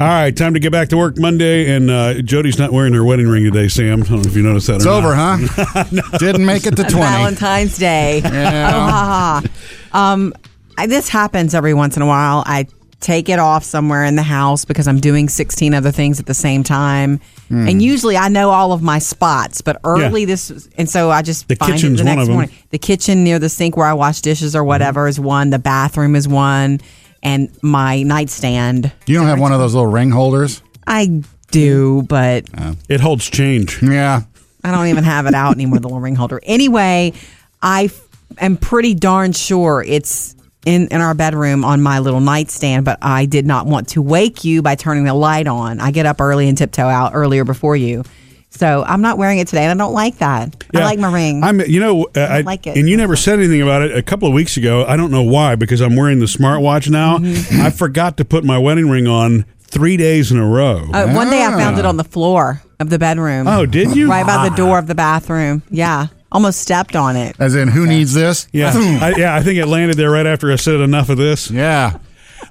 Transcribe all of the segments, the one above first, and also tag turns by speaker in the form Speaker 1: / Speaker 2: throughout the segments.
Speaker 1: All right, time to get back to work Monday, and uh, Jody's not wearing her wedding ring today, Sam. I don't know if you noticed that.
Speaker 2: It's
Speaker 1: or
Speaker 2: over,
Speaker 1: not.
Speaker 2: huh? Didn't make it to 20.
Speaker 3: Valentine's Day.
Speaker 2: Yeah.
Speaker 3: Oh, ha, ha. Um, I, this happens every once in a while. I take it off somewhere in the house because I'm doing 16 other things at the same time. And usually I know all of my spots, but early
Speaker 1: Hmm. Yeah.
Speaker 3: this, and so I just
Speaker 1: The
Speaker 3: find it
Speaker 1: kitchen's
Speaker 3: the
Speaker 1: one
Speaker 3: next
Speaker 1: of 'em. Mm-hmm.
Speaker 3: morning. The kitchen near the sink where I wash dishes or whatever is one. The bathroom is one, and my nightstand.
Speaker 2: You don't have one of those little ring holders?
Speaker 3: I do, but
Speaker 1: It holds change.
Speaker 2: Yeah.
Speaker 3: I don't even have it out anymore, the little ring holder. Anyway, I f- am pretty darn sure it's in, in our bedroom on my little nightstand, but I did not want to wake you by turning the light on. I get up early and tiptoe out earlier before you. So I'm not wearing it today, and I don't like that. I
Speaker 1: Yeah.
Speaker 3: like my ring.
Speaker 1: I'm, you know, uh, I,
Speaker 3: like it.
Speaker 1: And you never said anything about it a couple of weeks ago. I don't know why, because I'm wearing the smartwatch now.
Speaker 3: Mm-hmm.
Speaker 1: I forgot to put my wedding ring on three days in a row.
Speaker 3: Uh, One day I found
Speaker 2: Ah.
Speaker 3: it on the floor of the bedroom.
Speaker 1: oh, did you? Ah.
Speaker 3: Right by the door of the bathroom. Yeah. Almost stepped on it.
Speaker 2: As in, who needs this?
Speaker 1: Yeah, I, yeah. I think it landed there right after I said enough of this.
Speaker 2: Yeah.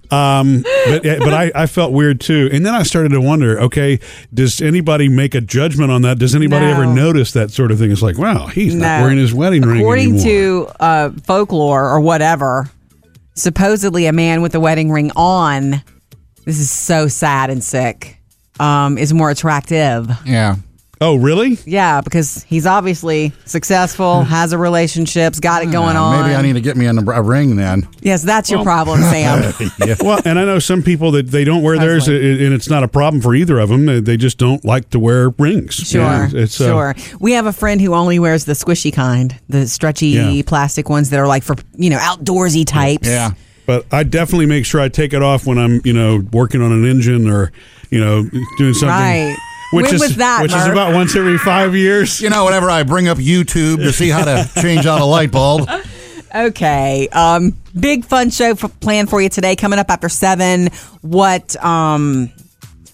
Speaker 1: Um, but yeah, but I, I felt weird too. And then I started to wonder, okay, does anybody make a judgment on that? Does anybody
Speaker 3: No.
Speaker 1: ever notice that sort of thing? It's like, wow, he's not
Speaker 3: No.
Speaker 1: wearing his wedding ring
Speaker 3: According
Speaker 1: anymore.
Speaker 3: to uh, folklore or whatever, supposedly a man with a wedding ring on, this is so sad and sick, um, is more attractive.
Speaker 2: Yeah.
Speaker 1: oh, really?
Speaker 3: Yeah, because he's obviously successful, has a relationships, got
Speaker 1: Mm,
Speaker 3: it going on.
Speaker 2: Maybe I need to get me a, a ring then.
Speaker 3: Yes, that's your problem, Sam.
Speaker 1: yeah. Well, and I know some people that they don't wear theirs, and and it's not a problem for either of them. They- They just don't like to wear rings.
Speaker 3: Sure,
Speaker 1: Yeah, it's, uh,
Speaker 3: sure. We have a friend who only wears the squishy kind, the stretchy
Speaker 1: Yeah.
Speaker 3: plastic ones that are like for you know outdoorsy types.
Speaker 2: Yeah.
Speaker 1: But I definitely make sure I take it off when I'm, you know, working on an engine or, you know, doing something.
Speaker 3: Right.
Speaker 1: Which
Speaker 3: When
Speaker 1: is
Speaker 3: was that,
Speaker 1: which is
Speaker 3: Murph?
Speaker 1: about once every five years.
Speaker 2: You know, whenever I bring up YouTube to see how to change out a light bulb,
Speaker 3: Okay. Um, big fun show f- planned for you today. Coming up after seven, what um,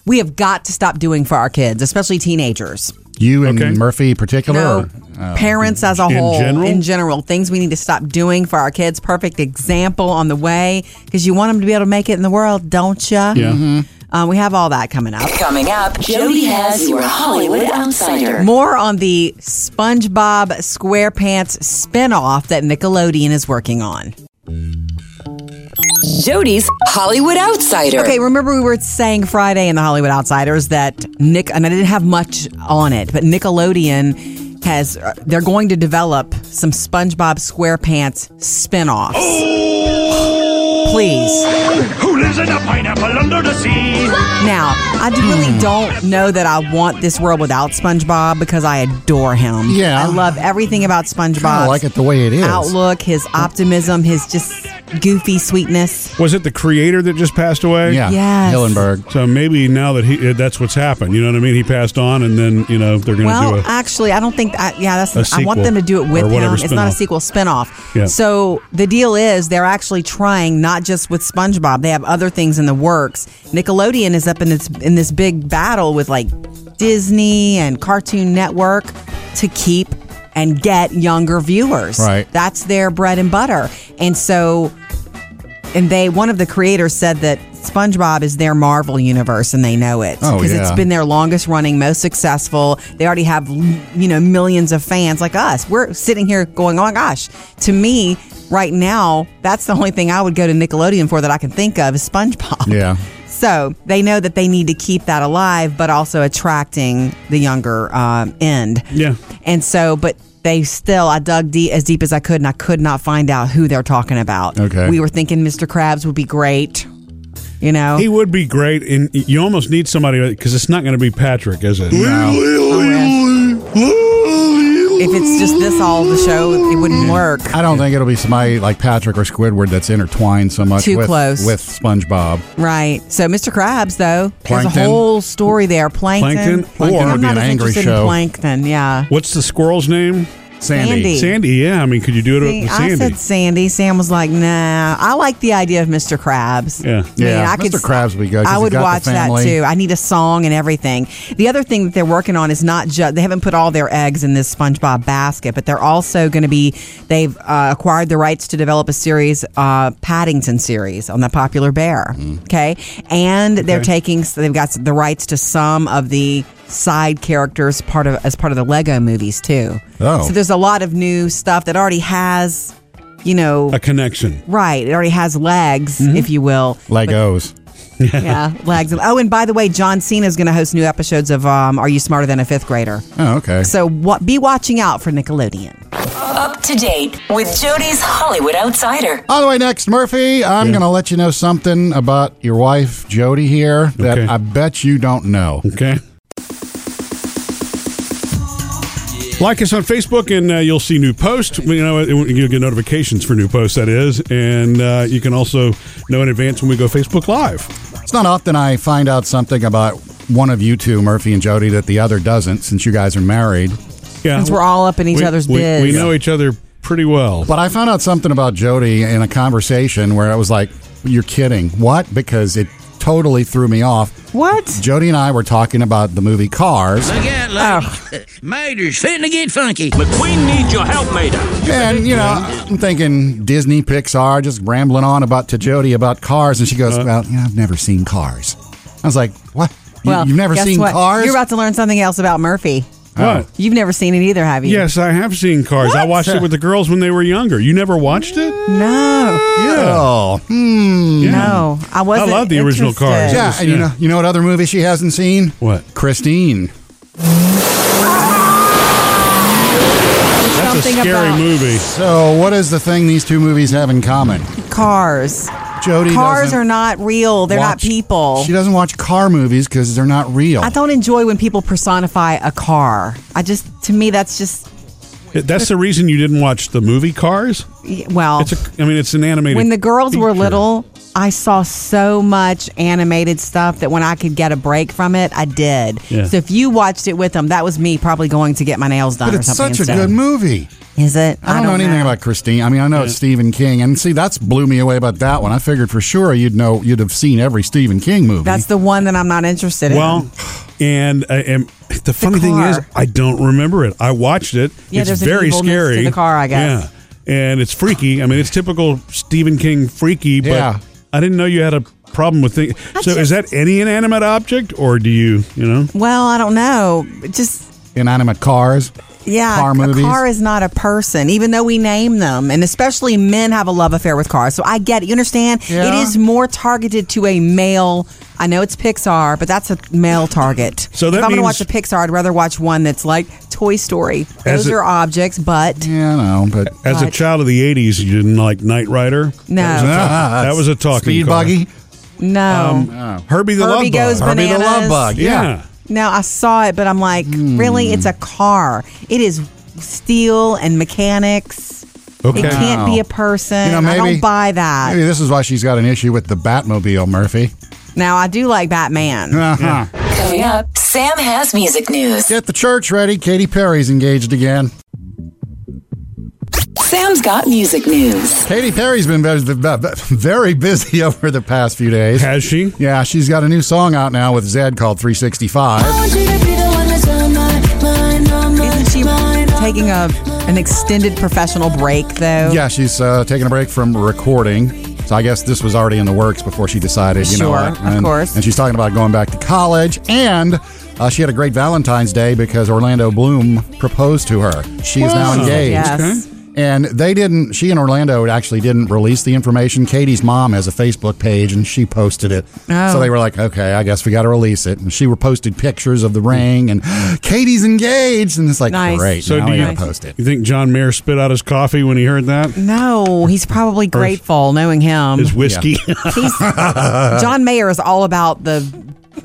Speaker 3: we have got to stop doing for our kids, especially teenagers.
Speaker 2: you and
Speaker 1: Okay.
Speaker 2: Murphy particular?
Speaker 3: No, parents as a
Speaker 1: Uh, in
Speaker 3: whole,
Speaker 1: general?
Speaker 3: in general, things we need to stop doing for our kids. Perfect example on the way because you want them to be able to make it in the world, don't you?
Speaker 1: Yeah.
Speaker 3: Uh, we have all that coming up.
Speaker 4: Coming up, Jody has your Hollywood Outsider.
Speaker 3: More on the SpongeBob SquarePants spinoff that Nickelodeon is working on.
Speaker 4: Jody's Hollywood Outsider.
Speaker 3: Okay, remember we were saying Friday in the Hollywood Outsiders that Nick and I didn't have much on it, but Nickelodeon has they're going to develop some SpongeBob SquarePants spin-offs.
Speaker 2: Oh!
Speaker 3: Please.
Speaker 5: Who lives in a pineapple under the sea?
Speaker 3: Now, I d- really don't know that I want this world without SpongeBob because I adore him.
Speaker 2: Yeah.
Speaker 3: I love everything about SpongeBob.
Speaker 2: I like it the way it is.
Speaker 3: Outlook, his optimism, his just goofy sweetness.
Speaker 1: Was it the creator that just passed away?
Speaker 2: Yeah.
Speaker 3: Yes.
Speaker 2: Hillenberg.
Speaker 1: So maybe now that he, eh, that's what's happened. You know what I mean? He passed on, and then you know they're going to
Speaker 3: Well,
Speaker 1: do a.
Speaker 3: actually, I don't think. I, yeah, that's.
Speaker 1: A
Speaker 3: I want
Speaker 1: sequel
Speaker 3: them to do it with
Speaker 1: or
Speaker 3: him.
Speaker 1: whatever
Speaker 3: It's not
Speaker 1: spin-off.
Speaker 3: a sequel spinoff.
Speaker 1: Yeah.
Speaker 3: So the deal is, they're actually trying not just with SpongeBob. They have other things in the works. Nickelodeon is up in this in this big battle with like Disney and Cartoon Network to keep and get younger viewers.
Speaker 2: Right.
Speaker 3: That's their bread and butter. And so and they one of the creators said that SpongeBob is their Marvel universe and they know it
Speaker 2: Oh,
Speaker 3: it's
Speaker 2: yeah.
Speaker 3: been their longest running, most successful. They already have you know millions of fans like us. We're sitting here going, "Oh my gosh." To me, right now, that's the only thing I would go to Nickelodeon for that I can think of is SpongeBob.
Speaker 2: Yeah.
Speaker 3: So, they know that they need to keep that alive but also attracting the younger um, end.
Speaker 1: Yeah.
Speaker 3: And so, but they still, I dug deep, as deep as I could, and I could not find out who they're talking about.
Speaker 2: Okay.
Speaker 3: We were thinking Mr. Krabs would be great, you know?
Speaker 1: he would be great, and you almost need somebody because it's not going to be Patrick, is it?
Speaker 3: if it's just this all the show, it wouldn't work.
Speaker 2: I don't think it'll be somebody like Patrick or Squidward that's intertwined so much
Speaker 3: Too
Speaker 2: with,
Speaker 3: close.
Speaker 2: with SpongeBob.
Speaker 3: Right. So, Mr. Krabs, though, there's
Speaker 2: Plankton.
Speaker 3: a whole story there. Plankton.
Speaker 1: Plankton? Plankton
Speaker 3: I'm
Speaker 2: would be
Speaker 3: not
Speaker 2: an
Speaker 3: as
Speaker 2: angry
Speaker 3: interested in
Speaker 2: show.
Speaker 3: Plankton, yeah.
Speaker 1: What's the squirrel's name?
Speaker 2: Sandy.
Speaker 3: Sandy.
Speaker 1: Sandy, yeah. I mean, could you do it
Speaker 3: See,
Speaker 1: with
Speaker 3: I
Speaker 1: Sandy?
Speaker 3: said Sandy. Sam was like, "Nah." I like the idea of Mr. Krabs.
Speaker 1: Yeah.
Speaker 2: Yeah,
Speaker 3: I could-
Speaker 2: Mr. Krabs would be good 'cause
Speaker 3: I
Speaker 2: he's
Speaker 3: would
Speaker 2: got the
Speaker 3: watch that
Speaker 2: family.
Speaker 3: too. I need a song and everything. The other thing that they're working on is not just they haven't put all their eggs in this SpongeBob basket, but they're also going to be they've uh, acquired the rights to develop a series, uh, Paddington series on the popular bear. Okay, and they're taking so they've got the rights to some of the side characters part of as part of the Lego movies too.
Speaker 2: Oh.
Speaker 3: so there's a lot of new stuff that already has. You know,
Speaker 1: a connection.
Speaker 3: Right. It already has legs, if you will.
Speaker 2: Legos.
Speaker 3: Yeah, legs. Oh, and by the way, John Cena is going to host new episodes of um, Are You Smarter Than a Fifth Grader?
Speaker 2: Oh, okay.
Speaker 3: So what, be watching out for Nickelodeon.
Speaker 4: Up to date with Jody's Hollywood Outsider.
Speaker 2: On the way next, Murphy, I'm going to let you know something about your wife, Jody, here that
Speaker 1: Okay.
Speaker 2: I bet you don't know.
Speaker 1: Okay. Like us on Facebook, and uh, you'll see new posts. You know, it- you'll get notifications for new posts. That is, and uh, you can also know in advance when we go Facebook Live.
Speaker 2: It's not often I find out something about one of you two, Murphy and Jody, that the other doesn't since you guys are married.
Speaker 1: Yeah,
Speaker 3: Since we're all up in each other's
Speaker 1: we,
Speaker 3: biz.
Speaker 1: we know each other pretty well.
Speaker 2: But I found out something about Jody in a conversation where I was like, You're kidding. What? Because it totally threw me off.
Speaker 3: What?
Speaker 2: Jody and I were talking about the movie Cars,
Speaker 6: Look out, lady. Mater's fitting to get funky.
Speaker 5: McQueen needs your help, Maida.
Speaker 2: and you know, I'm thinking Disney, Pixar, just rambling on about to Jody about Cars, and she goes, "Well, you know, I've never seen Cars." I was like, "What? You,
Speaker 3: Well,
Speaker 2: you've never
Speaker 3: guess
Speaker 2: seen
Speaker 3: what?
Speaker 2: Cars?"
Speaker 3: You're about to learn something else about Murphy.
Speaker 1: What?
Speaker 3: You've never seen it either, have you?
Speaker 1: Yes, I have seen Cars. I
Speaker 2: What?
Speaker 1: watched it with the girls when they were younger. You never watched it?
Speaker 3: No.
Speaker 1: Yeah.
Speaker 2: oh,
Speaker 1: Yeah.
Speaker 3: No. I wasn't.
Speaker 1: love the original Cars.
Speaker 3: interested.
Speaker 2: yeah. And you know, you know what other movie she hasn't seen?
Speaker 1: What?
Speaker 2: Christine.
Speaker 1: That's a
Speaker 3: Something
Speaker 1: scary
Speaker 3: about-
Speaker 1: movie.
Speaker 2: So, what is the thing these two movies have in common?
Speaker 3: Cars.
Speaker 2: Jody.
Speaker 3: Cars
Speaker 2: doesn't
Speaker 3: are not real. They're not
Speaker 2: watch-
Speaker 3: people.
Speaker 2: She doesn't watch car movies because they're not real.
Speaker 3: I don't enjoy when people personify a car. I just, to me, that's just,
Speaker 1: That's the reason you didn't watch the movie Cars.
Speaker 3: well.
Speaker 1: It's a, I mean, it's an animated.
Speaker 3: Oh. when the girls were
Speaker 1: feature.
Speaker 3: little, I saw so much animated stuff that when I could get a break from it, I did.
Speaker 1: Yeah.
Speaker 3: So if you watched it with them, that was me probably going to get my nails done
Speaker 2: but
Speaker 3: or
Speaker 2: it's
Speaker 3: something.
Speaker 2: such a
Speaker 3: instead.
Speaker 2: good movie.
Speaker 3: Is it?
Speaker 2: I don't, know anything about Christine. I mean, I know it's Stephen King, and see, that's blew me away about that one. I figured for sure you'd know, you'd have seen every Stephen King movie.
Speaker 3: That's the one that I'm not interested in.
Speaker 1: Well, and I am. The funny thing is,
Speaker 3: car.
Speaker 1: I don't remember it. I watched it.
Speaker 3: Yeah,
Speaker 1: it's
Speaker 3: there's an
Speaker 1: very
Speaker 3: evilness
Speaker 1: scary.
Speaker 3: to the car, I guess.
Speaker 1: Yeah, and it's freaky. I mean, it's typical Stephen King freaky. But
Speaker 2: Yeah.
Speaker 1: I didn't know you had a problem with things. So, is that any inanimate object, or do you, you know?
Speaker 3: Well, I don't know. It Just
Speaker 2: inanimate cars.
Speaker 3: yeah,
Speaker 2: Car
Speaker 3: a
Speaker 2: movies.
Speaker 3: car is not a person, even though we name them, and especially men have a love affair with cars. So I get it. You understand?
Speaker 2: Yeah.
Speaker 3: It is more targeted to a male. I know it's Pixar, but that's a male target.
Speaker 1: So that
Speaker 3: if I'm
Speaker 1: means-
Speaker 3: to watch a Pixar, I'd rather watch one that's like Toy Story.
Speaker 1: As
Speaker 3: Those
Speaker 1: a-
Speaker 3: are objects, but
Speaker 2: Yeah, I know, but
Speaker 1: As a
Speaker 3: Right.
Speaker 1: child of the '80s, you didn't like Knight Rider.
Speaker 3: No.
Speaker 1: that was a, talk- that was a talking
Speaker 2: speed
Speaker 1: car.
Speaker 2: buggy.
Speaker 3: no,
Speaker 1: Herbie the
Speaker 3: Herbie
Speaker 1: Love
Speaker 3: goes
Speaker 1: Bug.
Speaker 2: Um, Herbie the Love
Speaker 3: Bananas.
Speaker 2: Bug. Mm. Yeah.
Speaker 1: yeah.
Speaker 3: no. I saw it, but I'm like, really? It's a car. It is steel and mechanics.
Speaker 1: Okay.
Speaker 3: It can't be a person.
Speaker 2: You know,
Speaker 3: I
Speaker 2: maybe-
Speaker 3: don't buy that.
Speaker 2: Maybe this is why she's got an issue with the Batmobile, Murphy.
Speaker 3: Now I do like Batman.
Speaker 2: Uh-huh.
Speaker 4: Coming up, Sam has music news.
Speaker 2: Get the church ready. Katy Perry's engaged again.
Speaker 4: Sam's got music news.
Speaker 2: Katy Perry's been ve- ve- very busy over the past few days.
Speaker 1: Has she?
Speaker 2: Yeah, she's got a new song out now with Zed called 365.
Speaker 3: Isn't she taking a an extended professional break though?
Speaker 2: Yeah, she's uh, taking a break from recording. So I guess this was already in the works before she decided, you know
Speaker 3: Sure,
Speaker 2: what.
Speaker 3: of
Speaker 2: And,
Speaker 3: course.
Speaker 2: And she's talking about going back to college. And uh, she had a great Valentine's Day because Orlando Bloom proposed to her. She is now
Speaker 1: Wow.
Speaker 2: engaged.
Speaker 3: Yes.
Speaker 2: And they didn't, she and Orlando actually didn't release the information. Katie's mom has a Facebook page and she posted it.
Speaker 3: Oh.
Speaker 2: So they were like, okay, I guess we got to release it. And she posted pictures of the ring and Katie's engaged. And it's like,
Speaker 3: Nice.
Speaker 2: great.
Speaker 1: So
Speaker 2: now
Speaker 1: do
Speaker 2: we
Speaker 1: you-
Speaker 2: gotta post it.
Speaker 1: You think John Mayer spit out his coffee when he heard that?
Speaker 3: No, he's probably grateful knowing him.
Speaker 1: His whiskey.
Speaker 3: He's, John Mayer is all about the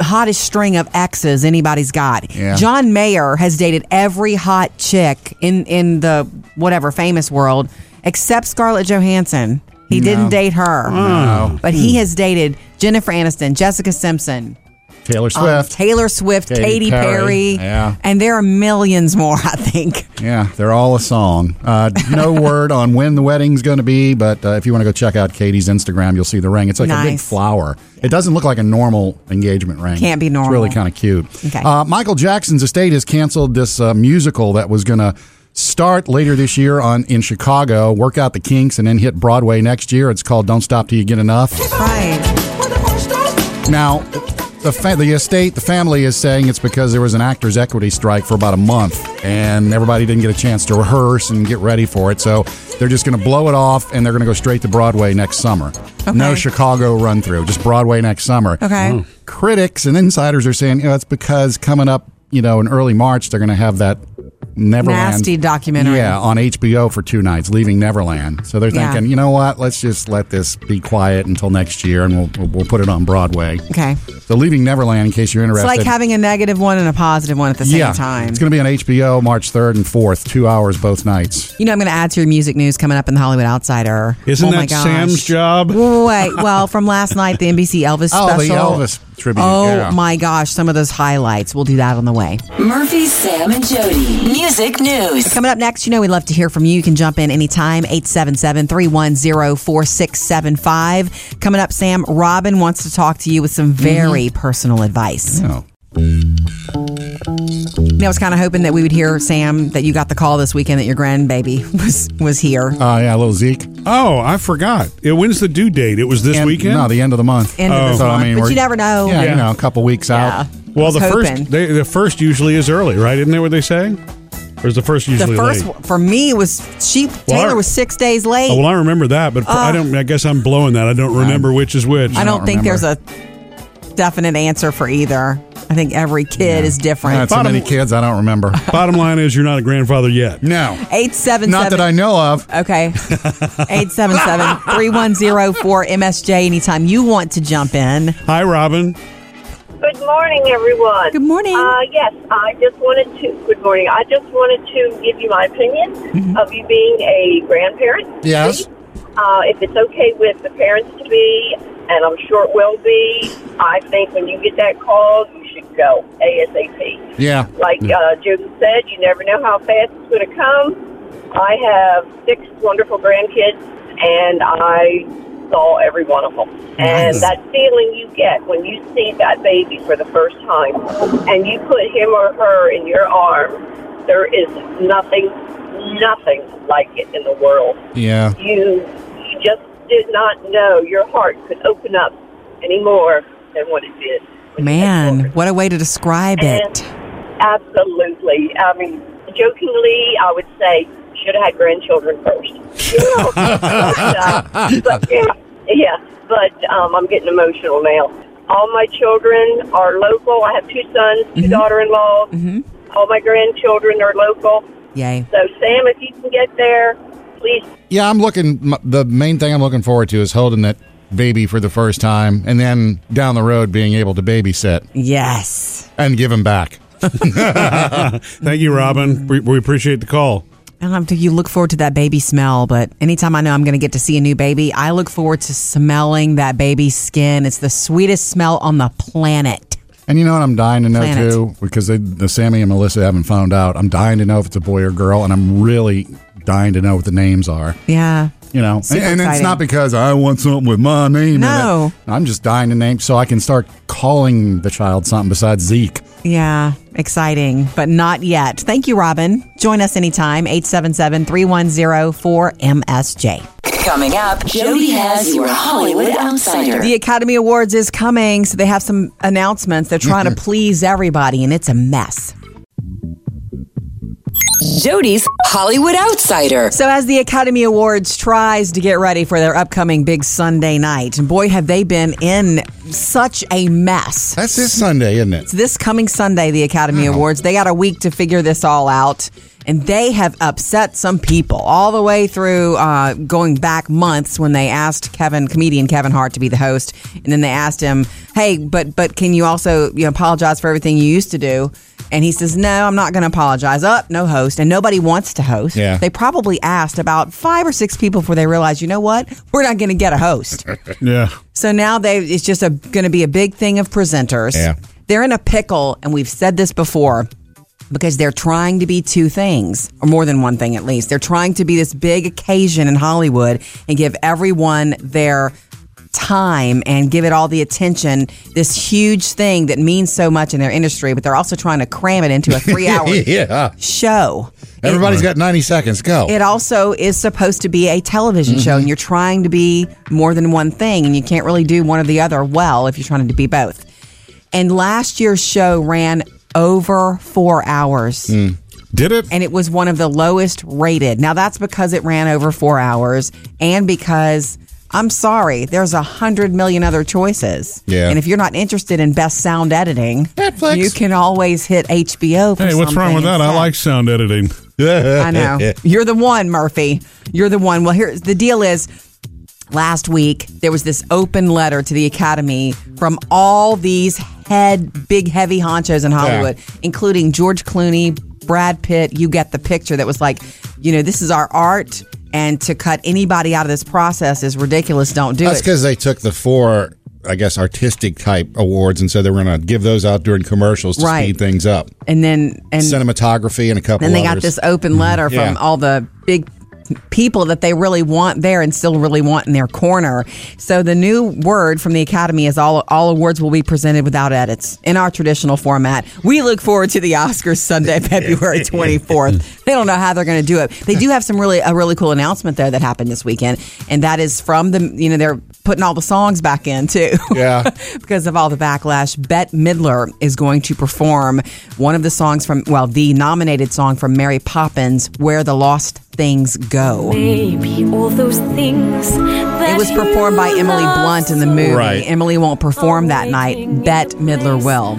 Speaker 3: hottest string of exes anybody's got.
Speaker 2: Yeah.
Speaker 3: John Mayer has dated every hot chick in in the whatever famous world except Scarlett Johansson.
Speaker 2: Hmm.
Speaker 3: He didn't date her. But he has dated Jennifer Aniston, Jessica Simpson,
Speaker 2: Taylor
Speaker 3: um,
Speaker 2: Swift.
Speaker 3: Taylor Swift,
Speaker 2: Katy
Speaker 3: Katy,
Speaker 2: Perry,
Speaker 3: Perry,
Speaker 2: yeah.
Speaker 3: and there are millions more. I think.
Speaker 2: yeah, they're all a song. Uh, no word on when the wedding's going to be, but uh, if you want to go check out Katie's Instagram, you'll see the ring. It's like a big
Speaker 3: Nice.
Speaker 2: flower. It doesn't look like a normal engagement ring.
Speaker 3: Can't be
Speaker 2: It's really
Speaker 3: normal.
Speaker 2: kind of cute.
Speaker 3: Okay.
Speaker 2: Uh, Michael Jackson's estate has canceled this uh, musical that was going to start later this year on in Chicago, work out the kinks, and then hit Broadway next year. It's called Don't Stop Till You Get Enough.
Speaker 3: Right.
Speaker 2: Now, the, fa- the estate, the family is saying it's because there was an actors' equity strike for about a month, and everybody didn't get a chance to rehearse and get ready for it. So they're just going to blow it off, and they're going to go straight to Broadway next summer. No Chicago run through, just Broadway next summer.
Speaker 3: Okay. Oh.
Speaker 2: Critics and insiders are saying, you know, it's because coming up, you know, in early March, they're going to have that. Neverland
Speaker 3: Nasty documentary.
Speaker 2: yeah, on HBO for two nights, leaving Neverland. So they're
Speaker 3: Yeah.
Speaker 2: thinking, you know what? Let's just let this be quiet until next year, and we'll we'll, we'll put it on Broadway.
Speaker 3: Okay.
Speaker 2: So leaving Neverland, in case you're
Speaker 3: It's
Speaker 2: interested.
Speaker 3: like having a negative one and a positive one at the same
Speaker 2: yeah,
Speaker 3: time.
Speaker 2: It's going to be on HBO March 3rd and 4th, two hours both nights.
Speaker 3: you know, I'm going to add to your music news coming up in the Hollywood Outsider.
Speaker 1: Isn't
Speaker 3: oh my
Speaker 1: that
Speaker 3: gosh.
Speaker 1: Sam's job?
Speaker 3: Wait, well, from last night, the NBC Elvis
Speaker 2: Oh, the
Speaker 3: special.
Speaker 2: Elvis tribute,
Speaker 3: Oh
Speaker 2: yeah.
Speaker 3: my gosh, some of those highlights. We'll do that on the way.
Speaker 4: Murphy, Sam, and Jody. Music news.
Speaker 3: Coming up next, you know, we'd love to hear from you. You can jump in anytime, 877 310 4675. Coming up, Sam, Robin wants to talk to you with
Speaker 1: Mm-hmm.
Speaker 3: some very personal advice.
Speaker 2: Oh.
Speaker 3: You know, I was kind of hoping that we would hear, Sam, that you got the call this weekend that your grandbaby was, was here.
Speaker 2: Oh, yeah, little Zeke.
Speaker 1: Oh, I forgot. It, when's the due date? It was this
Speaker 2: And-
Speaker 1: weekend. Oh.
Speaker 2: No, the end of the month.
Speaker 3: End of this
Speaker 2: so, I
Speaker 3: month.
Speaker 2: mean,
Speaker 3: But
Speaker 2: we're-
Speaker 3: you never know.
Speaker 2: Yeah, you
Speaker 1: Yeah.
Speaker 2: know, a couple weeks
Speaker 3: Yeah.
Speaker 2: out.
Speaker 3: I
Speaker 1: Uh, well,
Speaker 3: was
Speaker 1: the
Speaker 3: hoping.
Speaker 1: first they, the first usually is early, right? Isn't that what they say? Or is the first usually
Speaker 3: the first
Speaker 1: late?
Speaker 3: one for me was she
Speaker 1: Well,
Speaker 3: Taylor
Speaker 1: I-
Speaker 3: was six days late.
Speaker 1: Oh, well, I remember that, but I don't. I guess I'm blowing that. I don't remember which is which.
Speaker 3: Uh, I don't
Speaker 2: don't
Speaker 3: think there's a
Speaker 2: remember.
Speaker 3: definite answer for either. I think every kid is
Speaker 2: I had
Speaker 3: different.
Speaker 2: so
Speaker 1: Bottom-
Speaker 2: many kids, I don't remember.
Speaker 1: Bottom line is, you're not a grandfather yet.
Speaker 2: no.
Speaker 3: Eight seven
Speaker 2: Not that I know of.
Speaker 3: Okay. 877-3104-MSJ anytime you want to jump in.
Speaker 1: Hi, Robin.
Speaker 7: Good morning, everyone.
Speaker 3: Good morning.
Speaker 7: Uh, yes, I just wanted to. Good morning. I just wanted to give you my opinion
Speaker 3: Mm-hmm.
Speaker 7: of you being a grandparent.
Speaker 2: Yes.
Speaker 7: Uh, if it's okay with the parents to be, and I'm sure it will be, I think when you get that call, you should go ASAP.
Speaker 2: Yeah.
Speaker 7: Like uh, Jody said, you never know how fast it's going to come. I have six wonderful grandkids, and I saw every one of them.
Speaker 2: Nice.
Speaker 7: And that feeling you get when you see that baby for the first time, and you put him or her in your arms, there is nothing, nothing like it in the world.
Speaker 2: Yeah.
Speaker 7: You, you just did not know your heart could open up any more than what it did. when you had
Speaker 3: Man,
Speaker 7: children.
Speaker 3: what a way to describe it.
Speaker 7: Absolutely. I mean, jokingly, I would say should have had grandchildren first. You know? but, uh, but, yeah, yeah. But um, I'm getting emotional now. All my children are local. I have two sons, 2 daughter-in-laws. All my grandchildren are local.
Speaker 3: Yay.
Speaker 7: So, Sam, if you can get there, please
Speaker 2: Yeah, I'm looking. m- The main thing I'm looking forward to is holding that baby for the first time, and then down the road being able to babysit
Speaker 3: Yes.
Speaker 2: and give him back.
Speaker 1: Thank you, Robin. We, we appreciate the call.
Speaker 3: I don't think you look forward to that baby smell, but anytime I know I'm going to get to see a new baby, I look forward to smelling that baby's skin. It's the sweetest smell on the planet.
Speaker 2: And you know what I'm dying to know
Speaker 3: Planet.
Speaker 2: too, because they, the Sammy and Melissa haven't found out. I'm dying to know if it's a boy or girl, and I'm really dying to know what the names are.
Speaker 3: Yeah.
Speaker 2: You know, and,
Speaker 3: Super
Speaker 2: and it's
Speaker 3: exciting.
Speaker 2: not because I want something with my name. in it.
Speaker 3: No.
Speaker 2: I'm just dying to name so I can start calling the child something besides Zeke.
Speaker 3: Yeah, exciting, but not yet. Thank you, Robin. Join us anytime, 877-310-4MSJ.
Speaker 4: Coming up, Jody has your Hollywood Outsider.
Speaker 3: The Academy Awards is coming, so they have some announcements. They're trying to please everybody, and it's a mess.
Speaker 4: Jody's Hollywood Outsider.
Speaker 3: So, as the Academy Awards tries to get ready for their upcoming big Sunday night, and boy, have they been in such a mess.
Speaker 2: That's this Sunday, isn't it?
Speaker 3: This coming Sunday, the Academy Awards, they got a week to figure this all out. And they have upset some people all the way through uh, going back months when they asked Kevin, comedian Kevin Hart, to be the host. And then they asked him, hey, but but can you also you know, apologize for everything you used to do? And he says, No, I'm not going to apologize. Up, no host. And nobody wants to host.
Speaker 2: Yeah.
Speaker 3: They probably asked about five or six people before they realized, you know what? We're not going to get a host.
Speaker 1: Yeah.
Speaker 3: So now they it's just going to be a big thing of presenters.
Speaker 2: Yeah.
Speaker 3: They're in a pickle, and we've said this before because they're trying to be two things or more than one thing at least. They're trying to be this big occasion in Hollywood and give everyone their time and give it all the attention this huge thing that means so much in their industry but they're also trying to cram it into a 3 hour
Speaker 2: yeah.
Speaker 3: show. It-
Speaker 2: Everybody's got 90 seconds. Go.
Speaker 3: it also is supposed to be a television show,
Speaker 2: Mm-hmm.
Speaker 3: and you're trying to be more than one thing, and you can't really do one or the other well if you're trying to be both. And last year's show ran over four hours,
Speaker 2: Hmm.
Speaker 1: Did it?
Speaker 3: and it was one of the lowest rated. Now, that's because it ran over four hours, and because I'm sorry, there's a hundred million other choices.
Speaker 2: Yeah.
Speaker 3: And if you're not interested in best sound editing,
Speaker 2: Netflix.
Speaker 3: you can always hit HBO. For
Speaker 1: Hey, what's wrong
Speaker 3: something
Speaker 1: with that? I
Speaker 3: instead.
Speaker 1: like sound editing.
Speaker 3: I know. You're the one, Murphy. You're the one. Well, here's the deal is last week there was this open letter to the academy from all these head big heavy honchos in Hollywood, including George Clooney, Brad Pitt, you get the picture that was like, you know, this is our art and to cut anybody out of this process is ridiculous. Don't do
Speaker 2: That's
Speaker 3: it.
Speaker 2: because they took the four, I guess, artistic type awards and said they were going to give those out during commercials to
Speaker 3: Right.
Speaker 2: speed things up.
Speaker 3: And then and
Speaker 2: Cinematography and a couple
Speaker 3: Then they got
Speaker 2: others. Mm-hmm.
Speaker 3: this open letter from
Speaker 2: Yeah.
Speaker 3: all the big people that they really want there and still really want in their corner. So the new word from the Academy is all all awards will be presented without edits in our traditional format. We look forward to the Oscars Sunday, February 24th. they don't know how they're going to do it. They do have some really a really cool announcement though that happened this weekend and that is from the you know they're putting all the songs back in too.
Speaker 2: Yeah.
Speaker 3: because of all the backlash, Bette Midler is going to perform one of the songs from, well, the nominated song from Mary Poppins, Where the Lost Things Go.
Speaker 8: Baby, all those things that
Speaker 3: It was performed by Emily Blunt in the movie.
Speaker 2: Right.
Speaker 3: Emily won't perform that night. Bette Midler will.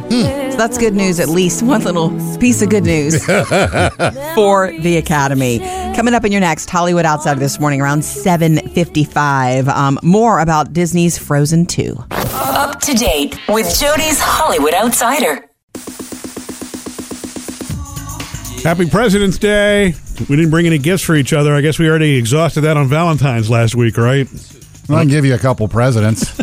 Speaker 3: So that's good news, at least one little piece of good news for the Academy. Coming up in your next Hollywood Outsider this morning around 7.55, um, more about Disney's Frozen 2.
Speaker 4: Up to date with Jody's Hollywood Outsider.
Speaker 1: Happy President's Day. We didn't bring any gifts for each other. I guess we already exhausted that on Valentine's last week, right?
Speaker 2: Well, I can give you a couple presidents.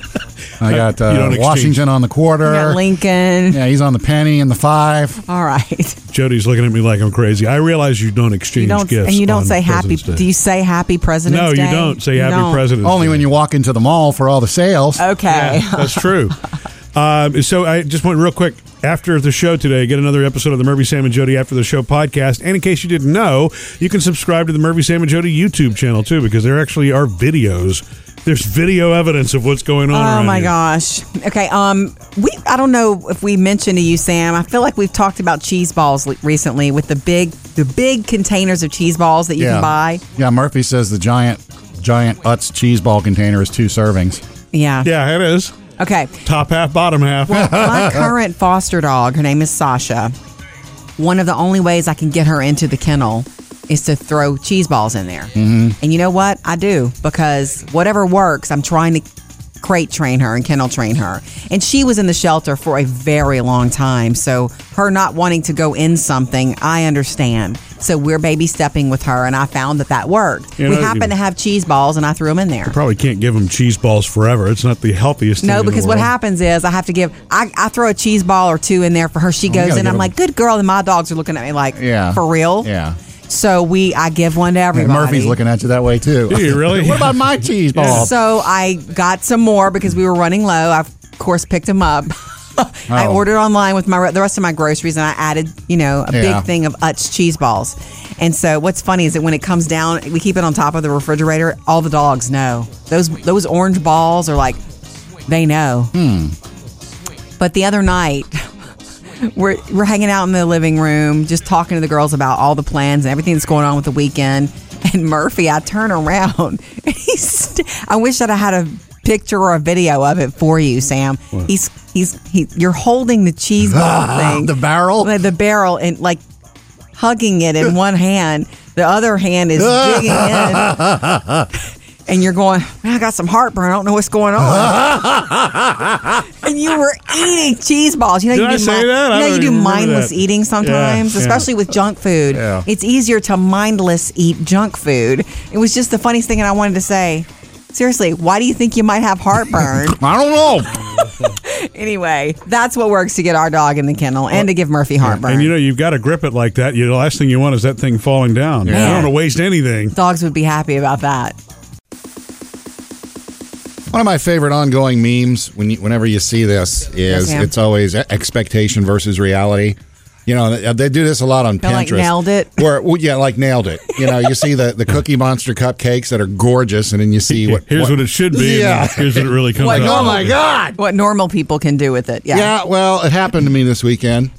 Speaker 2: I got
Speaker 1: You
Speaker 2: uh,
Speaker 1: don't exchange.
Speaker 2: Washington on the quarter.
Speaker 3: Yeah, Lincoln.
Speaker 2: Yeah, he's on the penny and the five.
Speaker 3: All right.
Speaker 1: Jody's looking at me like I'm crazy. I realize you don't exchange
Speaker 3: You don't,
Speaker 1: gifts.
Speaker 3: and you don't
Speaker 1: on
Speaker 3: say happy.
Speaker 1: President's Day.
Speaker 3: Do you say happy President's
Speaker 1: no,
Speaker 3: Day?
Speaker 1: you don't say happy
Speaker 3: don't.
Speaker 1: President's
Speaker 2: Only
Speaker 1: Day.
Speaker 2: when you walk into the mall for all the sales.
Speaker 3: Oh, Okay.
Speaker 1: Yeah, that's true. Um, so I just went real quick after the show today. Get another episode of the Murphy Sam and Jody after the show podcast. And in case you didn't know, you can subscribe to the Murphy Sam and Jody YouTube channel too, because there actually are videos. There's video evidence of what's going on.
Speaker 3: Oh
Speaker 1: around
Speaker 3: my
Speaker 1: here.
Speaker 3: gosh. Okay. Um, we I don't know if we mentioned to you, Sam. I feel like we've talked about cheese balls le- recently with the big the big containers of cheese balls that you
Speaker 2: yeah.
Speaker 3: can buy.
Speaker 2: Yeah, Murphy says the giant, giant Utz cheese ball container is two servings.
Speaker 3: Yeah.
Speaker 1: Yeah, it is.
Speaker 3: Okay.
Speaker 1: Top half, bottom half.
Speaker 3: My current foster dog, her name is Sasha. One of the only ways I can get her into the kennel is to throw cheese balls in there. Mm-hmm. And you know what? I do because whatever works, I'm trying to crate train her and kennel train her. And she was in the shelter for a very long time. So her not wanting to go in something, I understand. So we're baby stepping with her, and I found that that worked.
Speaker 1: You
Speaker 3: we
Speaker 1: know,
Speaker 3: happen to have cheese balls, and I threw them in there.
Speaker 1: Probably can't give them cheese balls forever. It's not the healthiest. thing
Speaker 3: No,
Speaker 1: in the
Speaker 3: because what
Speaker 1: world.
Speaker 3: happens is I have to give I, I throw a cheese ball or two in there for her. She
Speaker 2: Oh, gotta
Speaker 3: goes in.
Speaker 2: give
Speaker 3: I'm
Speaker 2: them-
Speaker 3: like, good girl, and my dogs are looking at me like,
Speaker 2: Yeah.
Speaker 3: for real.
Speaker 2: Yeah.
Speaker 3: So we I give one to
Speaker 2: And
Speaker 3: everybody.
Speaker 2: Murphy's looking at you that way too.
Speaker 1: Do you really?
Speaker 2: what about my cheese ball?
Speaker 3: So I got some more because we were running low. I of course picked them up. I
Speaker 2: Oh.
Speaker 3: ordered online with my the rest of my groceries, and I added, you know, a
Speaker 2: Yeah.
Speaker 3: big thing of Utz cheese balls. And so, what's funny is that when it comes down, we keep it on top of the refrigerator. All the dogs know those those orange balls are like they know. But the other night, we're we're hanging out in the living room, just talking to the girls about all the plans and everything that's going on with the weekend. And Murphy, I turn around, and he's. St- I wish that I had a picture or a video of it for you, Sam. He's he's he, you're holding the cheese ball thing,
Speaker 2: the barrel?
Speaker 3: the, the barrel, and like hugging it in one hand. The other hand is digging in. And you're going, man, I got some heartburn. I don't know what's going on. and when you were eating cheese balls. You know,
Speaker 1: Did
Speaker 3: you
Speaker 1: I
Speaker 3: do
Speaker 1: say that? I
Speaker 3: You know,
Speaker 1: don't
Speaker 3: you do
Speaker 1: remember
Speaker 3: mindless
Speaker 1: that.
Speaker 3: eating sometimes,
Speaker 1: Yeah, yeah.
Speaker 3: especially with junk food.
Speaker 2: Yeah.
Speaker 3: It's easier to mindless eat junk food. It was just the funniest thing, and I wanted to say. Seriously, why do you think you might have heartburn?
Speaker 2: I don't know.
Speaker 3: anyway, that's what works to get our dog in the kennel and to give Murphy heartburn.
Speaker 1: And you know, you've got to grip it like that. You, the last thing you want is that thing falling down. You don't want to waste anything.
Speaker 3: Dogs would be happy about that.
Speaker 2: One of my favorite ongoing memes, when you, whenever you see this, is
Speaker 3: ma'am.
Speaker 2: it's always e-, expectation versus reality. You know, they, they do this a lot on
Speaker 3: They're like,
Speaker 2: Pinterest.
Speaker 3: "Nailed it."
Speaker 2: Where, well, yeah, like nailed it. You know, you see the, the Cookie Monster cupcakes that are gorgeous, and then you see what.
Speaker 1: Here's what, it should be. and
Speaker 2: Yeah.
Speaker 1: Here's what it really comes
Speaker 2: Like,
Speaker 1: out.
Speaker 2: oh
Speaker 1: to
Speaker 2: my
Speaker 1: be.
Speaker 2: God.
Speaker 3: What normal people can do with it. Yeah.
Speaker 2: Yeah, well, it happened to me this weekend.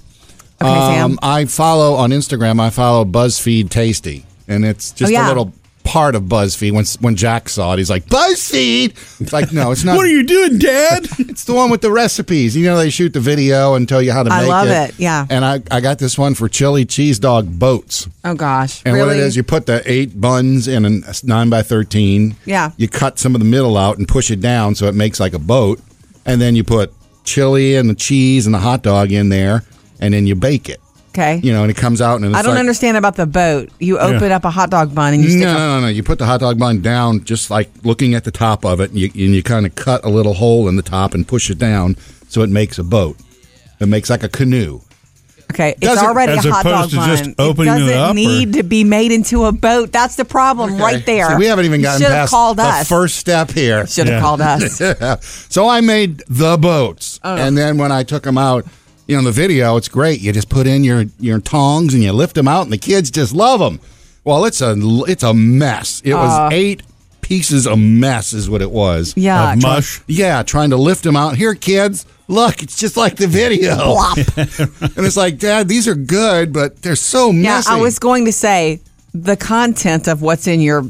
Speaker 2: Um,
Speaker 3: Okay,
Speaker 1: um,
Speaker 3: Sam.
Speaker 2: I follow on Instagram. I follow BuzzFeed Tasty, and it's just
Speaker 3: Oh, yeah.
Speaker 2: a little part of BuzzFeed. When when Jack saw it, he's like, "BuzzFeed!" It's like, no, it's not.
Speaker 1: What are you doing, Dad?
Speaker 2: It's the one with the recipes. You know, they shoot the video and tell you how to
Speaker 3: I
Speaker 2: make it.
Speaker 3: love it, yeah.
Speaker 2: And I, I got this one for chili cheese dog boats.
Speaker 3: Oh gosh.
Speaker 2: And
Speaker 3: really?
Speaker 2: what it is, you put the eight buns in a nine by 13.
Speaker 3: Yeah.
Speaker 2: You cut some of the middle out and push it down so it makes like a boat. And then you put chili and the cheese and the hot dog in there. And then you bake it.
Speaker 3: okay.
Speaker 2: You know, and it comes out and it's
Speaker 3: I don't
Speaker 2: like-
Speaker 3: understand about the boat. You open up a hot dog bun and you stick
Speaker 2: No,
Speaker 3: a-
Speaker 2: no, no, no. You put the hot dog bun down, just like looking at the top of it, and you, and you kind of cut a little hole in the top and push it down so it makes a boat. It makes like a canoe.
Speaker 3: Okay, it's
Speaker 2: Doesn't-
Speaker 3: already a
Speaker 1: As
Speaker 3: hot dog
Speaker 1: opposed to
Speaker 3: bun.
Speaker 1: just opening it
Speaker 3: doesn't
Speaker 1: up, or-
Speaker 3: need to be made into a boat. That's the problem right there.
Speaker 2: See, we haven't even
Speaker 3: You
Speaker 2: gotten
Speaker 3: should have
Speaker 2: past
Speaker 3: called
Speaker 2: the
Speaker 3: us.
Speaker 2: first step here.
Speaker 3: should have
Speaker 1: Yeah.
Speaker 3: called us.
Speaker 2: so I made the boats,
Speaker 3: Oh.
Speaker 2: and then when I took them out, you know, in the video, it's great. You just put in your your tongs and you lift them out, and the kids just love them. Well, it's a it's a mess. It
Speaker 3: Uh.
Speaker 2: was eight pieces of mess, is what it was.
Speaker 3: Yeah.
Speaker 1: Of mush.
Speaker 2: Yeah, trying to lift them out. Here, kids, look, it's just like the video. and it's like, Dad, these are good, but they're so
Speaker 3: Yeah,
Speaker 2: messy.
Speaker 3: I was going to say the content of what's in your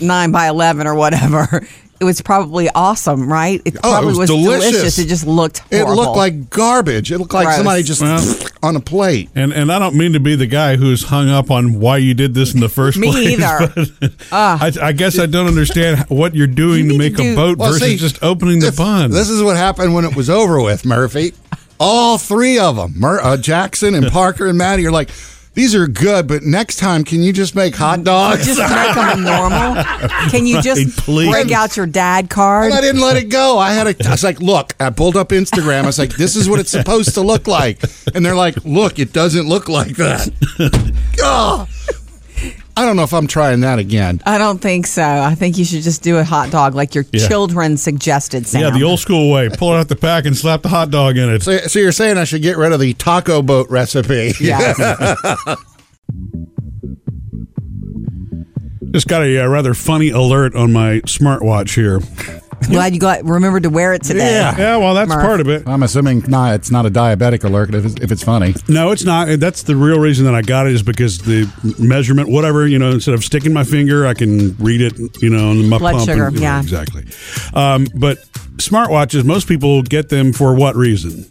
Speaker 3: nine by eleven or whatever. It was probably awesome, right? It
Speaker 2: Oh, it
Speaker 3: probably
Speaker 2: was delicious.
Speaker 3: It just looked.
Speaker 2: It
Speaker 3: Horrible.
Speaker 2: looked like garbage. It looked like
Speaker 3: Gross.
Speaker 2: somebody just
Speaker 1: Well-
Speaker 2: on a plate.
Speaker 1: And and I don't mean to be the guy who's hung up on why you did this in the first
Speaker 3: Me
Speaker 1: place.
Speaker 3: either.
Speaker 1: but
Speaker 2: Ah.
Speaker 1: I, I guess I don't understand what you're doing to
Speaker 3: You need
Speaker 1: make
Speaker 3: to
Speaker 1: a
Speaker 3: do-
Speaker 1: boat versus
Speaker 2: see,
Speaker 1: just opening the
Speaker 2: this-
Speaker 1: bun.
Speaker 2: This is what happened when it was over with, Murphy. All three of them, Mur- uh, Jackson and Parker and Maddie, are like, these are good, but next time, can you just make hot dogs?
Speaker 3: Just make them normal. Can you
Speaker 1: Right,
Speaker 3: just
Speaker 1: please.
Speaker 3: break out your dad card?
Speaker 2: And I didn't let it go. I had a, I was like, look, I pulled up Instagram. I was like, this is what it's supposed to look like. And they're like, look, it doesn't look like that. Ah. I don't know if I'm trying that again.
Speaker 3: I don't think so. I think you should just do a hot dog like your
Speaker 1: Yeah.
Speaker 3: children suggested, Sam.
Speaker 1: yeah, the old school way. Pull it out the pack and slap the hot dog in it.
Speaker 2: So, so you're saying I should get rid of the taco boat recipe?
Speaker 3: Yes.
Speaker 1: Just got a, uh rather funny alert on my smartwatch here.
Speaker 3: Glad you got remembered to wear it today.
Speaker 2: Ah.
Speaker 1: Yeah, well, that's
Speaker 3: Murph.
Speaker 1: part of it.
Speaker 2: I'm assuming nah, it's not a diabetic alert if it's, if it's funny.
Speaker 1: No, it's not. That's the real reason that I got it is because the measurement, whatever you know, instead of sticking my finger, I can read it. You know, on my
Speaker 3: Blood
Speaker 1: pump
Speaker 3: sugar,
Speaker 1: and-
Speaker 3: yeah.
Speaker 1: exactly. Um, but smartwatches, most people get them for what reason?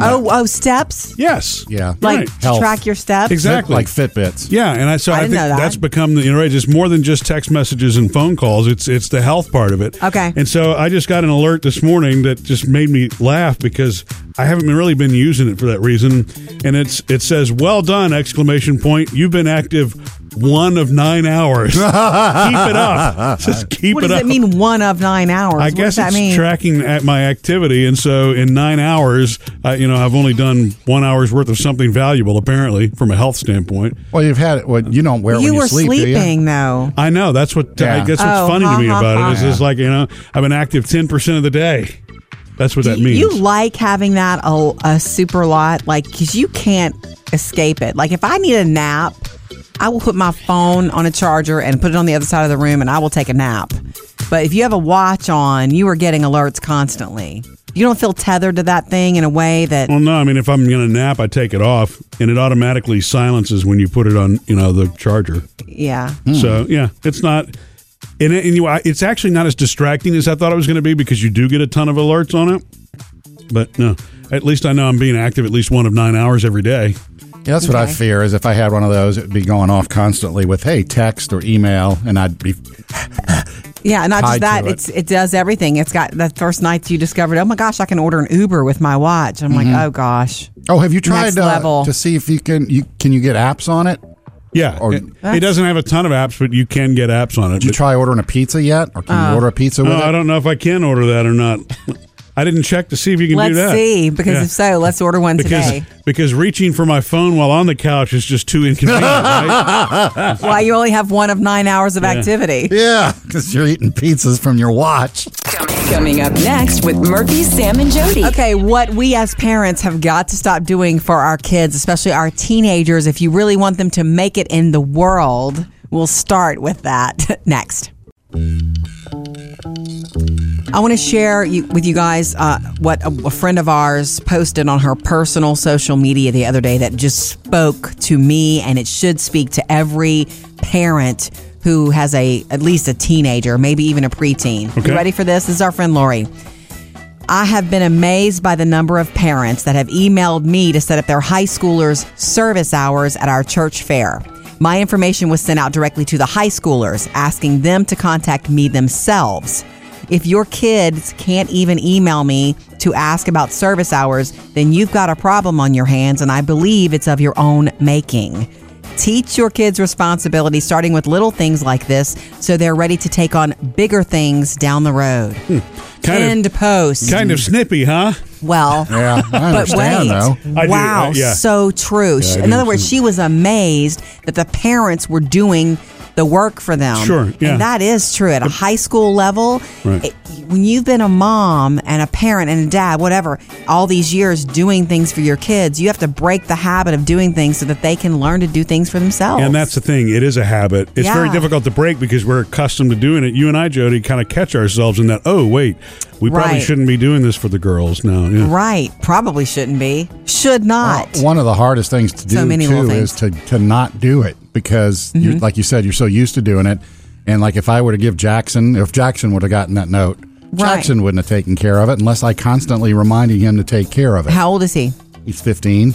Speaker 3: Oh, oh, steps.
Speaker 1: Yes.
Speaker 2: Yeah.
Speaker 3: Like
Speaker 1: Right.
Speaker 3: to
Speaker 2: Health.
Speaker 3: track your steps.
Speaker 1: Exactly.
Speaker 2: Like Fitbits.
Speaker 1: Yeah, and I so
Speaker 3: I
Speaker 1: I, think
Speaker 3: didn't know that.
Speaker 1: that's become the you know right, it's more than just text messages and phone calls. It's it's the health part of it.
Speaker 3: Okay.
Speaker 1: And so I just got an alert this morning that just made me laugh because I haven't really been using it for that reason. And it's it says, "Well done!" Exclamation point. You've been active one of nine hours. keep it up. Just keep
Speaker 3: What
Speaker 1: it
Speaker 3: does
Speaker 1: up.
Speaker 3: it mean? One of nine hours.
Speaker 1: uh, I
Speaker 3: what
Speaker 1: guess
Speaker 3: does that
Speaker 1: it's
Speaker 3: mean?
Speaker 1: tracking at my activity, and so in nine hours, I, you know, I've only done one hour's worth of something valuable, apparently, from a health standpoint.
Speaker 2: Well, you've had it. Well, you don't wear it
Speaker 3: you
Speaker 2: when
Speaker 3: were
Speaker 2: you sleep, do you?
Speaker 3: sleeping though.
Speaker 1: I know. That's what
Speaker 2: Yeah.
Speaker 1: I guess what's
Speaker 3: Oh,
Speaker 1: funny
Speaker 3: ha,
Speaker 1: to me
Speaker 3: ha,
Speaker 1: about
Speaker 3: ha.
Speaker 1: it is it's like you know I've been active ten percent of the day. That's what that
Speaker 3: Do
Speaker 1: means.
Speaker 3: You like having that a, a super lot, like because you can't escape it. Like if I need a nap, I will put my phone on a charger and put it on the other side of the room, and I will take a nap. But if you have a watch on, you are getting alerts constantly. You don't feel tethered to that thing in a way that
Speaker 1: well, no, I mean if I'm gonna nap, I take it off, and it automatically silences when you put it on you know the charger.
Speaker 3: yeah.
Speaker 2: Hmm.
Speaker 1: So yeah, it's not. And, it, and you, I- it's actually not as distracting as I thought it was going to be because you do get a ton of alerts on it. But no, at least I know I'm being active at least one of nine hours every day.
Speaker 2: Yeah, that's what I
Speaker 3: Okay.
Speaker 2: fear is if I had one of those, it'd be going off constantly with, hey, text or email, and I'd be
Speaker 3: Yeah, not just
Speaker 2: tied
Speaker 3: that.
Speaker 2: to it.
Speaker 3: It's it does everything. It's got the first night you discovered. Oh my gosh, I can order an Uber with my watch. I'm
Speaker 1: Mm-hmm.
Speaker 3: like, oh gosh.
Speaker 2: Oh, have you tried
Speaker 3: Next
Speaker 2: uh,
Speaker 3: level.
Speaker 2: to see if you can you can you get apps on it?
Speaker 1: Yeah,
Speaker 2: Or-
Speaker 1: it, it doesn't have a ton of apps, but you can get apps on it.
Speaker 2: Did you
Speaker 1: But-
Speaker 2: try ordering a pizza yet, or
Speaker 3: Oh.
Speaker 2: can you order a pizza with
Speaker 1: No, Oh, I
Speaker 2: it?
Speaker 1: don't know if I can order that or not. I didn't check to see if you can do
Speaker 3: Let's
Speaker 1: that.
Speaker 3: see, because
Speaker 1: Yeah.
Speaker 3: if so, let's order one
Speaker 1: because
Speaker 3: today.
Speaker 1: because reaching for my phone while on the couch is just too inconvenient. right?
Speaker 3: Why you only have one of nine hours of activity?
Speaker 2: Yeah, because you're eating pizzas from your watch.
Speaker 9: Coming up next with Murphy, Sam, and Jody.
Speaker 3: Okay, what we as parents have got to stop doing for our kids, especially our teenagers, if you really want them to make it in the world, we'll start with that next. I want to share you, with you guys uh, what a, a friend of ours posted on her personal social media the other day that just spoke to me, and it should speak to every parent who has a at least a teenager, maybe even a preteen.
Speaker 1: Okay.
Speaker 3: You ready for this? This is our friend Lori. I have been amazed by the number of parents that have emailed me to set up their high schoolers' service hours at our church fair. My information was sent out directly to the high schoolers, asking them to contact me themselves. If your kids can't even email me to ask about service hours, then you've got a problem on your hands, and I believe it's of your own making. Teach your kids responsibility, starting with little things like this, so they're ready to take on bigger things down the road.
Speaker 1: Kind of-
Speaker 3: End post.
Speaker 1: kind of snippy, huh?
Speaker 3: Well,
Speaker 2: Yeah, I
Speaker 3: but
Speaker 2: understand
Speaker 3: wait.
Speaker 2: though.
Speaker 1: I do,
Speaker 3: Wow,
Speaker 1: uh, yeah.
Speaker 3: so true. She-
Speaker 1: I
Speaker 3: in
Speaker 1: do
Speaker 3: other words, she was amazed that the parents were doing the work for them.
Speaker 1: Sure, yeah.
Speaker 3: And that is true at a high school level.
Speaker 1: Right.
Speaker 3: it- when you've been a mom and a parent and a dad, whatever, all these years doing things for your kids, you have to break the habit of doing things so that they can learn to do things for themselves.
Speaker 1: And that's the thing; it is a habit. It's very
Speaker 3: Oh. Yeah.
Speaker 1: difficult to break because we're accustomed to doing it. You and I, Jody, kind of catch ourselves in that. Oh, wait, we probably
Speaker 3: Right.
Speaker 1: shouldn't be doing this for the girls now. Yeah.
Speaker 3: Right. Probably shouldn't be. Should not.
Speaker 2: One of the hardest things to do
Speaker 3: So many little Mm-hmm.
Speaker 2: too is to, to not do it because, you're, like you said, you're so used to doing it. And like if I were to give Jackson, if Jackson would have gotten that note,
Speaker 3: Right.
Speaker 2: Jackson wouldn't have taken care of it unless I constantly reminded him to take care of it.
Speaker 3: How old is he?
Speaker 2: He's 15.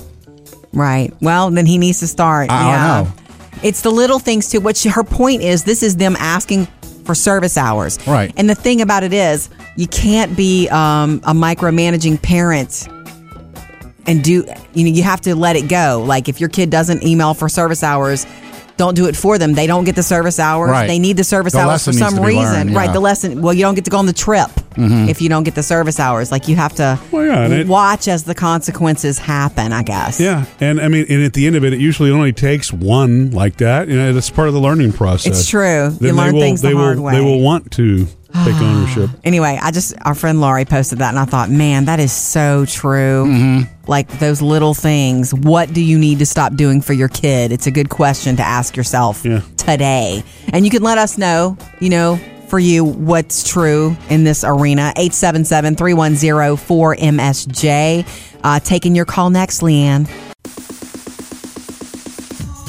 Speaker 3: Right. Well, then he needs to start.
Speaker 2: I don't
Speaker 3: yeah.
Speaker 2: know.
Speaker 3: It's the little things too. What she, her point is, this is them asking for service hours.
Speaker 2: Right.
Speaker 3: And the thing about it is, you can't be um, a micromanaging parent and do you know you have to let it go. Like if your kid doesn't email for service hours. Don't do it for them. They don't get the service hours.
Speaker 2: Right.
Speaker 3: They need the service
Speaker 2: The
Speaker 3: hours for
Speaker 2: lesson needs
Speaker 3: some
Speaker 2: to be
Speaker 3: reason.
Speaker 2: learned,
Speaker 3: Right.
Speaker 2: yeah. Mm-hmm.
Speaker 3: The lesson. Well, you don't get to go on the trip if you don't get the service hours. Like you have to
Speaker 1: Well, yeah, and it-
Speaker 3: watch as the consequences happen. I guess.
Speaker 1: Yeah, and I mean, and at the end of it, it usually only takes one like that. You know, that's part of the learning process.
Speaker 3: It's true. You
Speaker 1: they
Speaker 3: learn
Speaker 1: will-
Speaker 3: things the
Speaker 1: they will-
Speaker 3: hard way. Ah.
Speaker 1: They will want to take ownership.
Speaker 3: Anyway, I just our friend Laurie posted that, and I thought, man, that is so true. Like those little things. What do you need to stop doing for your kid? It's a good question to ask yourself
Speaker 1: Yeah.
Speaker 3: today, and you can let us know. You know. For you, what's true in this arena? 877 310 4MSJ. Uh, taking your call next, Leanne.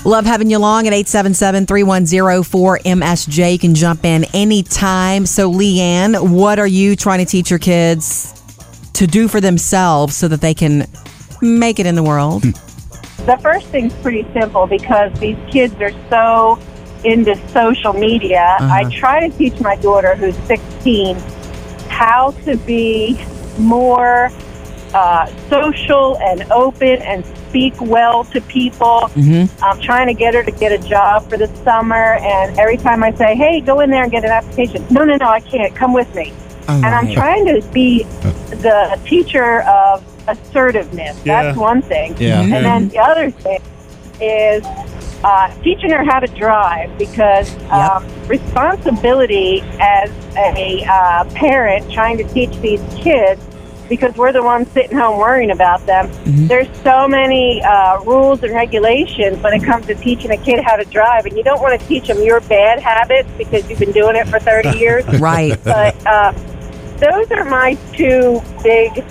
Speaker 3: Love having you along at 877-310-4MSJ. You can jump in anytime. So Leanne, what are you trying to teach your kids to do for themselves so that they can make it in the world?
Speaker 7: The first thing's pretty simple because these kids are so into social media. I try to teach my daughter, who's 16, how to be more uh, social and open and speak well to people. I'm trying to get her to get a job for the summer, and every time I say, hey, go in there and get an application, no, no, no, I can't. Come with me. and I'm trying to be the teacher of assertiveness. That's
Speaker 1: Yeah.
Speaker 7: one thing.
Speaker 2: Yeah.
Speaker 7: And then the other thing is uh, teaching her how to drive because um, responsibility as a uh, parent trying to teach these kids because we're the ones sitting home worrying about them. There's so many uh, rules and regulations when it comes to teaching a kid how to drive, and you don't want to teach them your bad habits because you've been doing it for 30 years.
Speaker 3: right.
Speaker 7: But uh, those are my two big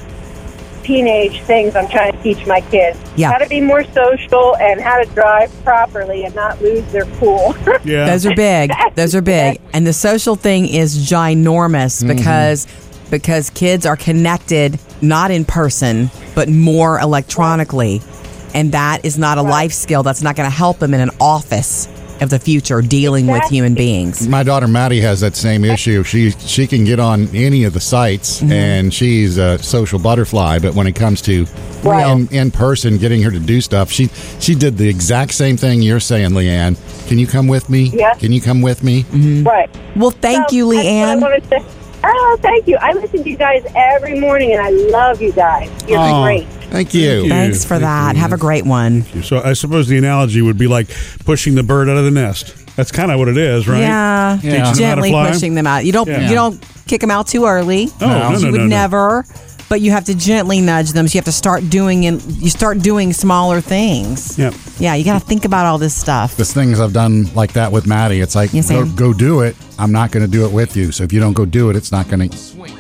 Speaker 7: teenage things I'm trying to teach my kids.
Speaker 3: Yeah.
Speaker 7: How to be more social and how to drive properly and not lose their cool.
Speaker 1: Yeah,
Speaker 3: Those are big. Those are big. And the social thing is ginormous because because kids are connected not in person but more electronically. And that is not a life skill that's not going to help them in an office. of the future dealing with human beings.
Speaker 2: My daughter Maddie has that same issue. She she can get on any of the sites,
Speaker 3: Mm-hmm.
Speaker 2: and she's a social butterfly. But when it comes to in, in person, getting her to do stuff, she she did the exact same thing you're saying, Leanne. Can you come with me?
Speaker 10: Yeah.
Speaker 2: Can you come with me?
Speaker 3: Mm-hmm.
Speaker 10: Right.
Speaker 3: Well, thank
Speaker 10: So,
Speaker 3: you,
Speaker 10: that's what I wanted
Speaker 3: Leanne.
Speaker 10: to- Oh, thank you. I listen to you guys every morning, and I love you guys. You're
Speaker 2: Aw,
Speaker 10: great.
Speaker 2: Thank you.
Speaker 1: you.
Speaker 3: Thanks for that. Have a great one.
Speaker 1: So I suppose the analogy would be like pushing the bird out of the nest. That's kind of what it is, right?
Speaker 3: Yeah,
Speaker 2: Teaching them how to
Speaker 3: gently
Speaker 1: fly.
Speaker 3: pushing them out. You don't
Speaker 2: Yeah.
Speaker 3: you don't kick them out too early.
Speaker 1: No, no, no,
Speaker 3: you
Speaker 1: no,
Speaker 3: would
Speaker 1: no.
Speaker 3: never. But you have to gently nudge them. So you have to start doing and you start doing smaller things.
Speaker 1: Yep.
Speaker 3: Yeah, you got to think about all this stuff.
Speaker 2: There's things I've done like that with Maddie. It's like
Speaker 3: Yes,
Speaker 2: go,
Speaker 3: ma'am.
Speaker 2: go do it. I'm not going to do it with you. So if you don't go do it, it's not going to.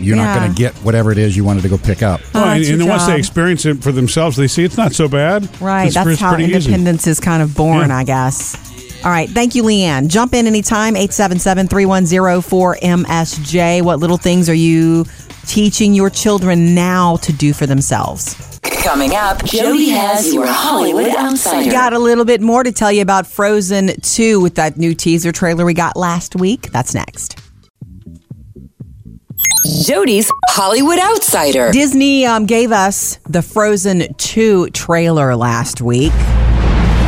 Speaker 2: You're not
Speaker 3: Yeah.
Speaker 2: going to get whatever it is you wanted to go pick up.
Speaker 3: Oh,
Speaker 1: Well, and,
Speaker 3: it's your
Speaker 1: and then once they
Speaker 3: job.
Speaker 1: experience it for themselves, they see it's not so bad.
Speaker 3: Right.
Speaker 1: It's,
Speaker 3: That's
Speaker 1: it's
Speaker 3: how
Speaker 1: pretty easy.
Speaker 3: independence is kind of born,
Speaker 1: Yeah.
Speaker 3: I guess. All right. Thank you, Leanne. Jump in anytime, 877 310 4MSJ. What little things are you teaching your children now to do for themselves?
Speaker 4: Coming up, Jody has your Hollywood Outsider.
Speaker 3: Got a little bit more to tell you about Frozen 2 with that new teaser trailer we got last week. That's next.
Speaker 4: Jody's Hollywood Outsider.
Speaker 3: Disney um, gave us the Frozen 2 trailer last week.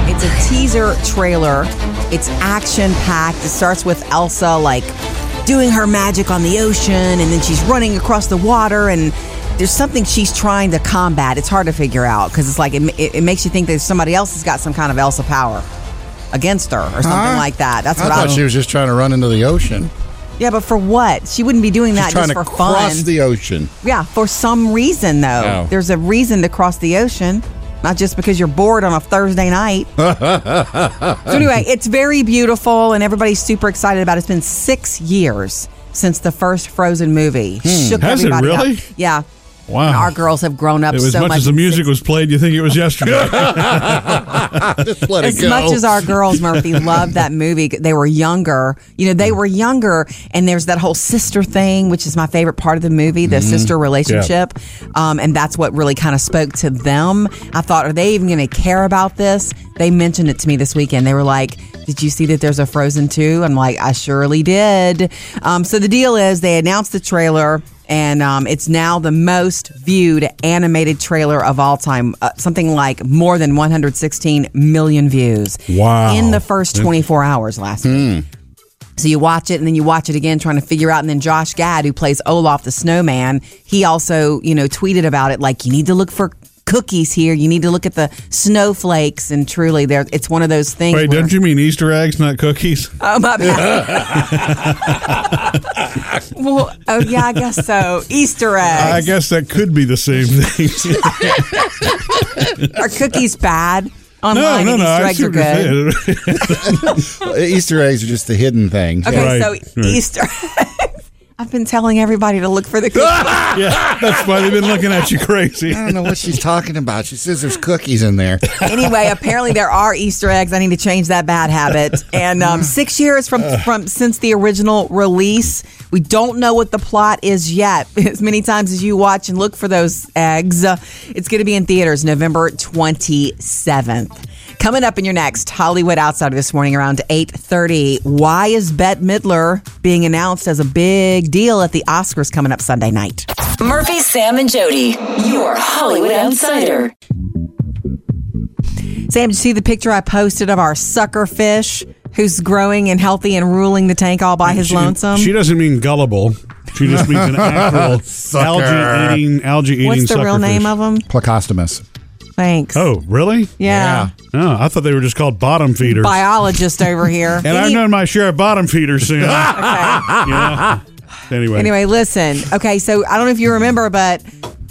Speaker 3: It's a teaser trailer. It's action packed. It starts with Elsa like doing her magic on the ocean and then she's running across the water and there's something she's trying to combat. It's hard to figure out because it's like it, it, it makes you think that somebody else has got some kind of Elsa power against her or something
Speaker 2: Huh?
Speaker 3: like that. That's
Speaker 2: I
Speaker 3: what
Speaker 2: thought
Speaker 3: I
Speaker 2: she was just trying to run into the ocean.
Speaker 3: Yeah, but for what? She wouldn't be doing
Speaker 2: She's
Speaker 3: that
Speaker 2: trying
Speaker 3: just
Speaker 2: to
Speaker 3: for
Speaker 2: cross
Speaker 3: fun.
Speaker 2: the ocean.
Speaker 3: Yeah, for some reason though.
Speaker 2: Oh.
Speaker 3: There's a reason to cross the ocean, not just because you're bored on a Thursday night. so anyway, it's very beautiful and everybody's super excited about it. It's been 6 years since the first Frozen movie. Shook
Speaker 1: Hmm. Has it
Speaker 3: everybody up.
Speaker 1: really?
Speaker 3: Yeah.
Speaker 1: Wow.
Speaker 3: And our girls have grown up
Speaker 1: It was
Speaker 3: so
Speaker 1: much, as the
Speaker 3: in
Speaker 1: music was played, you think it was yesterday.
Speaker 2: Just let
Speaker 3: as
Speaker 2: it go.
Speaker 3: much as our girls, Murphy, loved that movie, they were younger. You know, they were younger, and there's that whole sister thing, which is my favorite part of the movie, the sister relationship. Um, and that's what really kind of spoke to them. I thought, are they even going to care about this? They mentioned it to me this weekend. They were like, did you see that there's a Frozen 2? I'm like, I surely did. Um, so the deal is they announced the trailer. And um, it's now the most viewed animated trailer of all time, uh, something like more than 116 million views.
Speaker 1: Wow. Hmm.
Speaker 3: In the first 24 hours last week. So you watch it and then you watch it again, trying to figure out. And then Josh Gad, who plays Olaf the Snowman, he also, you know, tweeted about it like, you need to look for cookies here. You need to look at the snowflakes. And truly, there it's one of those things.
Speaker 1: Wait,
Speaker 3: where-
Speaker 1: don't you mean Easter eggs, not cookies?
Speaker 3: Oh, my bad. well, oh, yeah, I guess so. Easter
Speaker 1: I
Speaker 3: eggs.
Speaker 1: guess that could be the same thing.
Speaker 3: Are cookies bad?
Speaker 1: no,
Speaker 3: Online,
Speaker 1: no,
Speaker 3: and
Speaker 1: no.
Speaker 3: Easter
Speaker 1: I
Speaker 3: eggs
Speaker 1: see
Speaker 3: are
Speaker 1: what you're
Speaker 3: good.
Speaker 1: saying.
Speaker 2: Uh, Easter eggs are just the hidden thing.
Speaker 3: Okay,
Speaker 1: Right,
Speaker 3: so
Speaker 1: right.
Speaker 3: Easter eggs. I've been telling everybody to look for the cookies.
Speaker 1: yeah, that's why they've been looking at you crazy.
Speaker 2: I don't know what she's talking about. She says there's cookies in there.
Speaker 3: anyway, apparently there are Easter eggs. I need to change that bad habit. And um, six years from from since the original release, we don't know what the plot is yet. As many times as you watch and look for those eggs, uh, it's going to be in theaters November twenty seventh. Coming up in your next Hollywood Outsider this morning around 8:30, why is Bette Midler being announced as a big deal at the Oscars coming up Sunday night?
Speaker 4: Murphy, Sam, and Jody. Your Hollywood Outsider.
Speaker 3: Sam, did you see the picture I posted of our sucker fish who's growing and healthy and ruling the tank all by his
Speaker 1: She-
Speaker 3: lonesome?
Speaker 1: She doesn't mean gullible. She just means an actual
Speaker 2: Sucker.
Speaker 1: algae eating algae eating.
Speaker 3: What's the real
Speaker 1: suckerfish.
Speaker 3: name of him?
Speaker 2: Placostomus.
Speaker 3: Thanks.
Speaker 1: Oh, really?
Speaker 3: yeah.
Speaker 1: Oh, I thought they were just called bottom feeders.
Speaker 3: Biologist over here.
Speaker 1: and I've
Speaker 3: Any-
Speaker 1: known my share of bottom feeders, Sam. You know? Anyway,
Speaker 3: Anyway, listen. Okay, so I don't know if you remember, but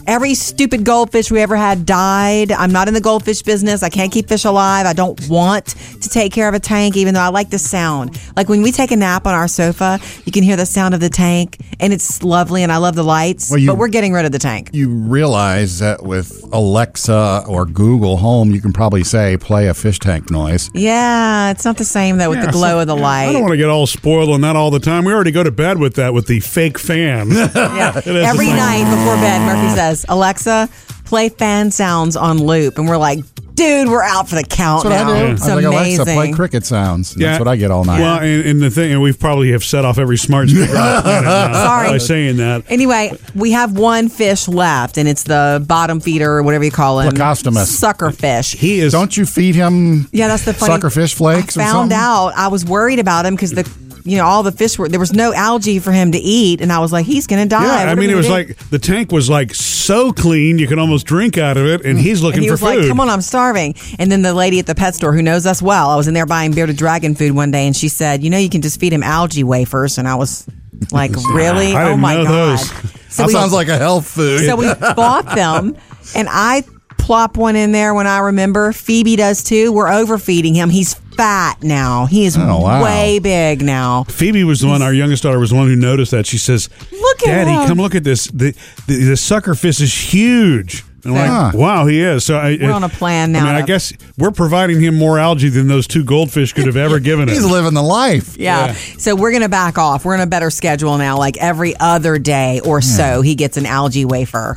Speaker 3: every stupid goldfish we ever had died. I'm not in the goldfish business. I can't keep fish alive. I don't want to take care of a tank, even though I like the sound. Like when we take a nap on our sofa, you can hear the sound of the tank, and it's lovely, and I love the lights.
Speaker 2: Well, you-
Speaker 3: but we're getting rid of the tank.
Speaker 2: You realize that with Alexa or Google Home, you can probably say, play a fish tank noise.
Speaker 3: Yeah, it's not the same though with the glow of the light.
Speaker 1: I don't want to get all spoiled on that all the time. We already go to bed with that with the fake fan.
Speaker 3: Yeah.
Speaker 1: is
Speaker 3: Every
Speaker 1: the same.
Speaker 3: night before bed, Murphy says, Alexa, play fan sounds on loop. And we're like, dude, we're out for the count
Speaker 2: That's what
Speaker 3: now.
Speaker 2: I do.
Speaker 3: It's
Speaker 2: I was like, Alexa,
Speaker 3: amazing.
Speaker 2: play cricket sounds. That's what I get all night.
Speaker 1: Well, and, and the thing, and we probably have set off every smart speaker on the planet now
Speaker 3: Sorry.
Speaker 1: by saying that.
Speaker 3: Anyway, we have one fish left, and it's the bottom feeder, or whatever you call it,
Speaker 2: Placostomus.
Speaker 3: sucker fish.
Speaker 1: He is
Speaker 2: Don't you feed him?
Speaker 3: Yeah, that's the funny.
Speaker 2: Sucker fish flakes.
Speaker 3: I
Speaker 2: or
Speaker 3: found
Speaker 2: something?
Speaker 3: out. I was worried about him because the you know all the fish were there was no algae for him to eat, and I was like, he's gonna die.
Speaker 1: Yeah,
Speaker 3: What
Speaker 1: I
Speaker 3: are we
Speaker 1: mean, it
Speaker 3: gonna
Speaker 1: was
Speaker 3: do?
Speaker 1: like the tank was like so clean you could almost drink out of it, and he's looking
Speaker 3: And he
Speaker 1: for
Speaker 3: was
Speaker 1: food.
Speaker 3: like, "Come on, I'm starving." And then the lady at the pet store who knows us well, I was in there buying bearded dragon food one day, and she said, "You know, you can just feed him algae wafers." And I was like, "Really?
Speaker 1: I
Speaker 3: oh
Speaker 1: didn't
Speaker 3: my
Speaker 1: know
Speaker 3: god!"
Speaker 1: those.
Speaker 3: So
Speaker 2: that
Speaker 3: we-
Speaker 2: sounds like a health food.
Speaker 3: So we bought them, and I plop one in there when I remember. Phoebe does too. We're overfeeding him. He's fat now. He is
Speaker 2: Oh, wow.
Speaker 3: way big now.
Speaker 1: Phoebe was the one. Our youngest daughter was the one who noticed that. She says,
Speaker 3: Look at
Speaker 1: Daddy,
Speaker 3: him."
Speaker 1: come look at this. The the, the sucker fish is huge." And I'm like,
Speaker 2: Huh.
Speaker 1: "Wow, he is." So I,
Speaker 3: We're on a plan now
Speaker 1: I mean, I
Speaker 3: to-
Speaker 1: guess we're providing him more algae than those two goldfish could have ever given
Speaker 2: He's
Speaker 1: him.
Speaker 2: living the life.
Speaker 3: Yeah. So we're going to back off. We're in a better schedule now. Like every other day or so, he gets an algae wafer.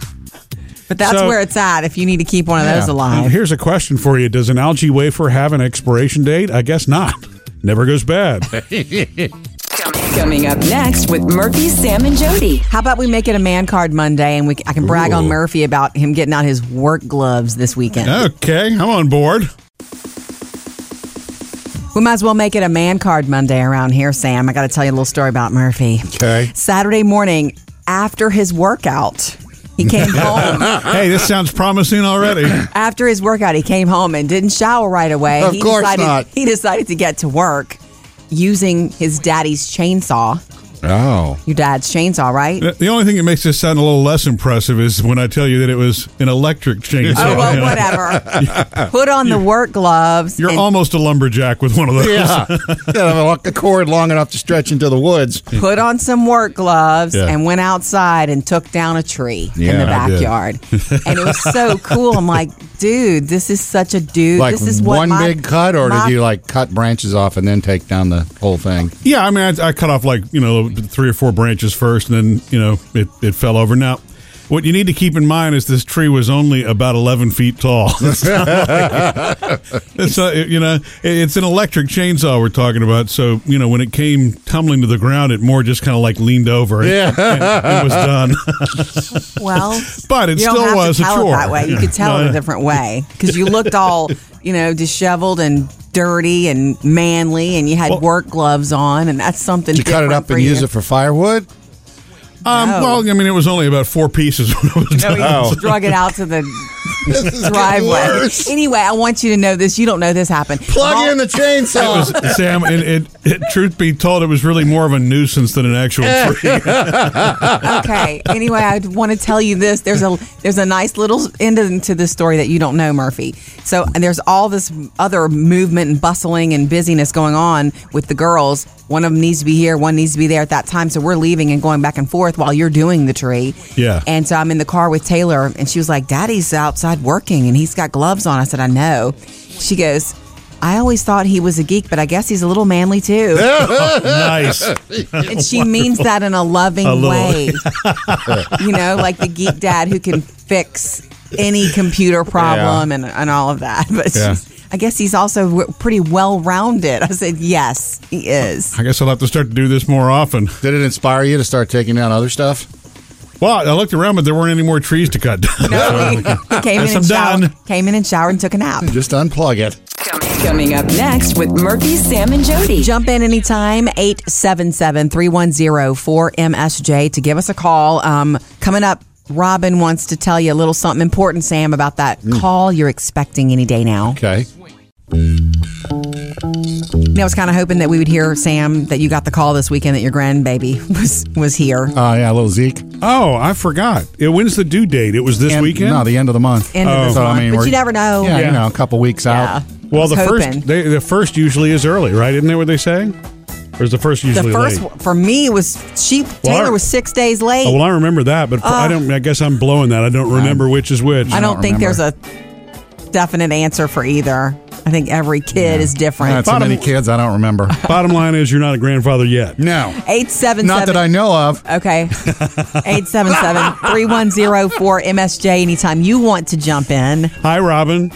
Speaker 3: But that's
Speaker 1: So-
Speaker 3: where it's at if you need to keep one of those
Speaker 2: Yeah.
Speaker 1: Um,
Speaker 3: alive.
Speaker 1: here's a question for you: Does an algae wafer have an expiration date? I guess not. Never goes bad.
Speaker 4: Coming up next with Murphy, Sam, and Jody.
Speaker 3: How about we make it a man card Monday and we, I can brag on
Speaker 2: Ooh.
Speaker 3: Murphy about him getting out his work gloves this weekend?
Speaker 1: okay, I'm on board.
Speaker 3: We might as well make it a man card Monday around here, Sam. I got to tell you a little story about Murphy.
Speaker 2: Okay.
Speaker 3: Saturday morning after his workout, he came home.
Speaker 1: hey, this sounds promising already.
Speaker 3: after his workout, he came home and didn't shower right away.
Speaker 2: Of
Speaker 3: he
Speaker 2: course
Speaker 3: decided,
Speaker 2: not.
Speaker 3: He decided to get to work using his daddy's chainsaw.
Speaker 2: Oh.
Speaker 3: Your dad's chainsaw, right?
Speaker 1: The the only thing that makes this sound a little less impressive is when I tell you that it was an electric chainsaw.
Speaker 3: Oh, well, whatever. Put on the work gloves.
Speaker 1: You're
Speaker 3: and-
Speaker 1: almost a lumberjack with one of those.
Speaker 2: Yeah. yeah walk a cord long enough to stretch into the woods.
Speaker 3: put on some work gloves
Speaker 2: Yeah.
Speaker 3: and went outside and took down a tree in
Speaker 2: Yeah,
Speaker 3: the
Speaker 2: I did.
Speaker 3: backyard. and it was so cool. I'm like, dude, this is such a dude.
Speaker 2: Like
Speaker 3: this is what
Speaker 2: one
Speaker 3: my-
Speaker 2: big cut, or
Speaker 3: my-
Speaker 2: did you like cut branches off and then take down the whole thing?
Speaker 1: Yeah, I mean, I, I cut off like you know three or four branches first, and then you know it, it fell over. Now, what you need to keep in mind is this tree was only about eleven feet tall. It's not like- it's not- you know, it- it's an electric chainsaw we're talking about. So you know, when it came tumbling to the ground, it more just kind of like leaned over. Yeah, it was done.
Speaker 3: Well,
Speaker 1: But it
Speaker 3: you don't
Speaker 1: still
Speaker 3: have
Speaker 1: was
Speaker 3: to
Speaker 1: a
Speaker 3: tell
Speaker 1: chore.
Speaker 3: It that way, you could tell it a different way because you looked all, you know, disheveled and dirty and manly, and you had
Speaker 1: Well-
Speaker 3: work gloves on, and that's something.
Speaker 2: Did you cut it
Speaker 3: different
Speaker 2: up
Speaker 3: for
Speaker 2: and
Speaker 3: you.
Speaker 2: use it for firewood?
Speaker 1: Um,
Speaker 3: No.
Speaker 1: Well, I mean, it was only about four pieces when it was done.
Speaker 3: No, he just drug it out to the
Speaker 2: getting
Speaker 3: driveway.
Speaker 2: worse.
Speaker 3: Anyway, I want you to know this. You don't know this happened.
Speaker 2: Plug in the
Speaker 1: It
Speaker 2: chainsaw.
Speaker 1: was- Sam, it, it, it, truth be told, it was really more of a nuisance than an actual tree.
Speaker 3: okay. Anyway, I want to tell you this. There's a there's a nice little end to this story that you don't know, Murphy. So and there's all this other movement and bustling and busyness going on with the girls. One of them needs to be here, one needs to be there at that time. So we're leaving and going back and forth while you're doing the tree.
Speaker 1: Yeah.
Speaker 3: And so I'm in the car with Taylor, and she was like, "Daddy's outside working, and he's got gloves on." I said, "I know." She goes. I always thought he was a geek, but I guess he's a little manly too.
Speaker 1: nice.
Speaker 3: And she means that in a loving
Speaker 1: A little.
Speaker 3: way. you know, like the geek dad who can fix any computer problem and, and all of that. But
Speaker 1: Yeah.
Speaker 3: she's- I guess he's also w- pretty well rounded. I said, yes, he is.
Speaker 1: I guess I'll have to start to do this more often.
Speaker 2: Did it inspire you to start taking down other stuff?
Speaker 1: Well, I looked around, but there weren't any more trees to cut down.
Speaker 3: No, he, he came in
Speaker 1: Guess I'm
Speaker 3: and showered,
Speaker 1: done.
Speaker 3: came in and showered and took a nap.
Speaker 2: Just unplug it.
Speaker 4: Coming up next with Murphy, Sam, and Jody.
Speaker 3: Jump in anytime, 877-310-4MSJ to give us a call. Um, coming up, Robin wants to tell you a little something important, Sam, about that
Speaker 1: Mm.
Speaker 3: call you're expecting any day now.
Speaker 2: Okay.
Speaker 3: And I was kind of hoping that we would hear Sam that you got the call this weekend that your grandbaby was was here.
Speaker 2: Oh, yeah, little Zeke.
Speaker 1: Oh, I forgot. It, when's the due date? It was this
Speaker 2: And-
Speaker 1: weekend?
Speaker 3: e-
Speaker 2: No, the end of the month.
Speaker 3: End of Oh. this
Speaker 2: So,
Speaker 3: month. But
Speaker 2: we're-
Speaker 3: you never know.
Speaker 2: Yeah,
Speaker 1: Yeah.
Speaker 2: you know, a couple weeks
Speaker 3: Yeah.
Speaker 2: out.
Speaker 1: well,
Speaker 3: Was
Speaker 1: the
Speaker 3: hoping.
Speaker 1: first they, the first usually is early, right? Isn't that what they say? Or is the first
Speaker 3: the
Speaker 1: usually
Speaker 3: first
Speaker 1: late?
Speaker 3: one for me was she
Speaker 1: Well,
Speaker 3: Taylor
Speaker 1: I-
Speaker 3: was six days late.
Speaker 1: Oh, well, I remember that, but I don't. I guess I'm blowing that. I don't remember which is which.
Speaker 3: Oh. I don't
Speaker 2: don't
Speaker 3: think there's a
Speaker 2: remember.
Speaker 3: definite answer for either. I think every kid is different.
Speaker 2: That's so
Speaker 1: Bottom-
Speaker 2: many kids, I don't remember.
Speaker 1: Bottom line is, you're not a grandfather yet.
Speaker 2: No.
Speaker 3: Eight seven
Speaker 2: Not that
Speaker 3: seven.
Speaker 2: I know of.
Speaker 3: Okay. 877 3104 MSJ anytime you want to jump in.
Speaker 1: Hi, Robin.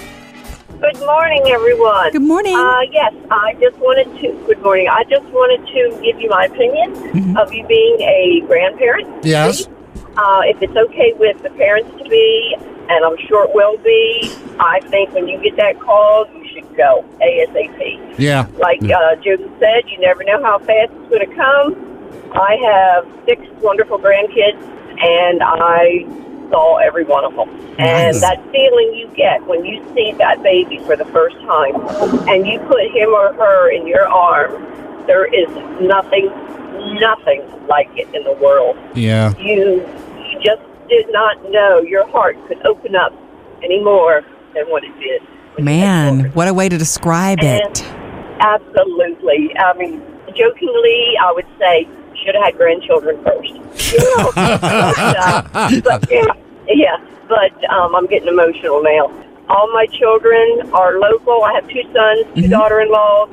Speaker 7: Good morning, everyone.
Speaker 3: Good morning.
Speaker 7: Uh, yes, I just wanted to. Good morning. I just wanted to give you my opinion
Speaker 3: Mm-hmm.
Speaker 7: of you being a grandparent.
Speaker 2: Yes.
Speaker 7: Uh, if it's okay with the parents to be, and I'm sure it will be, I think when you get that call, you should go ASAP.
Speaker 2: Yeah.
Speaker 7: Like uh, Judy said, you never know how fast it's going to come. I have six wonderful grandkids, and I saw every one of them.
Speaker 2: Nice.
Speaker 7: And that feeling you get when you see that baby for the first time, and you put him or her in your arm, there is nothing, nothing like it in the world.
Speaker 2: Yeah.
Speaker 7: You, you just did not know your heart could open up any more than what it did. when you had
Speaker 3: Man,
Speaker 7: children.
Speaker 3: what a way to describe it.
Speaker 7: Absolutely. I mean, jokingly, I would say should have had grandchildren first. You know? but, uh, but, yeah, yeah. But um, I'm getting emotional now. All my children are local. I have two sons, 2
Speaker 3: Mm-hmm.
Speaker 7: daughter-in-laws.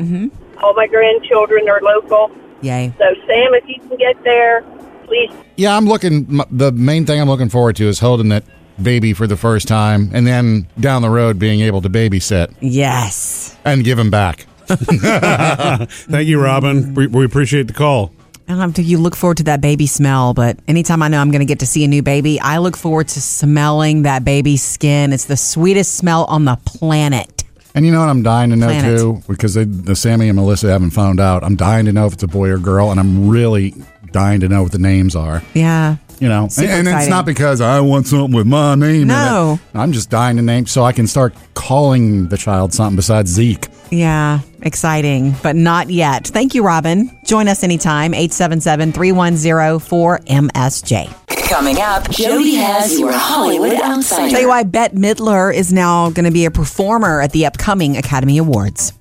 Speaker 7: All my grandchildren are local.
Speaker 3: Yay.
Speaker 7: So Sam, if you can get there, please.
Speaker 2: Yeah, I'm looking. m- The main thing I'm looking forward to is holding that baby for the first time, and then down the road being able to babysit
Speaker 3: Yes.
Speaker 2: and give him back.
Speaker 1: Thank you, Robin. We, we appreciate the call.
Speaker 3: I don't know if you look forward to that baby smell, but anytime I know I'm going to get to see a new baby, I look forward to smelling that baby's skin. It's the sweetest smell on the planet.
Speaker 2: And you know what I'm dying to know
Speaker 3: Planet.
Speaker 2: too, because they, the Sammy and Melissa haven't found out. I'm dying to know if it's a boy or girl, and I'm really dying to know what the names are.
Speaker 3: Yeah.
Speaker 2: You know, and,
Speaker 3: Super
Speaker 2: and it's
Speaker 3: exciting.
Speaker 2: not because I want something with my name. in it.
Speaker 3: No.
Speaker 2: I'm just dying to name so I can start calling the child something besides Zeke.
Speaker 3: Yeah, exciting, but not yet. Thank you, Robin. Join us anytime, 877-310-4MSJ.
Speaker 4: Coming up, Jody has your Hollywood
Speaker 3: Tell you
Speaker 4: outsider.
Speaker 3: why Bette Midler is now going to be a performer at the upcoming Academy Awards.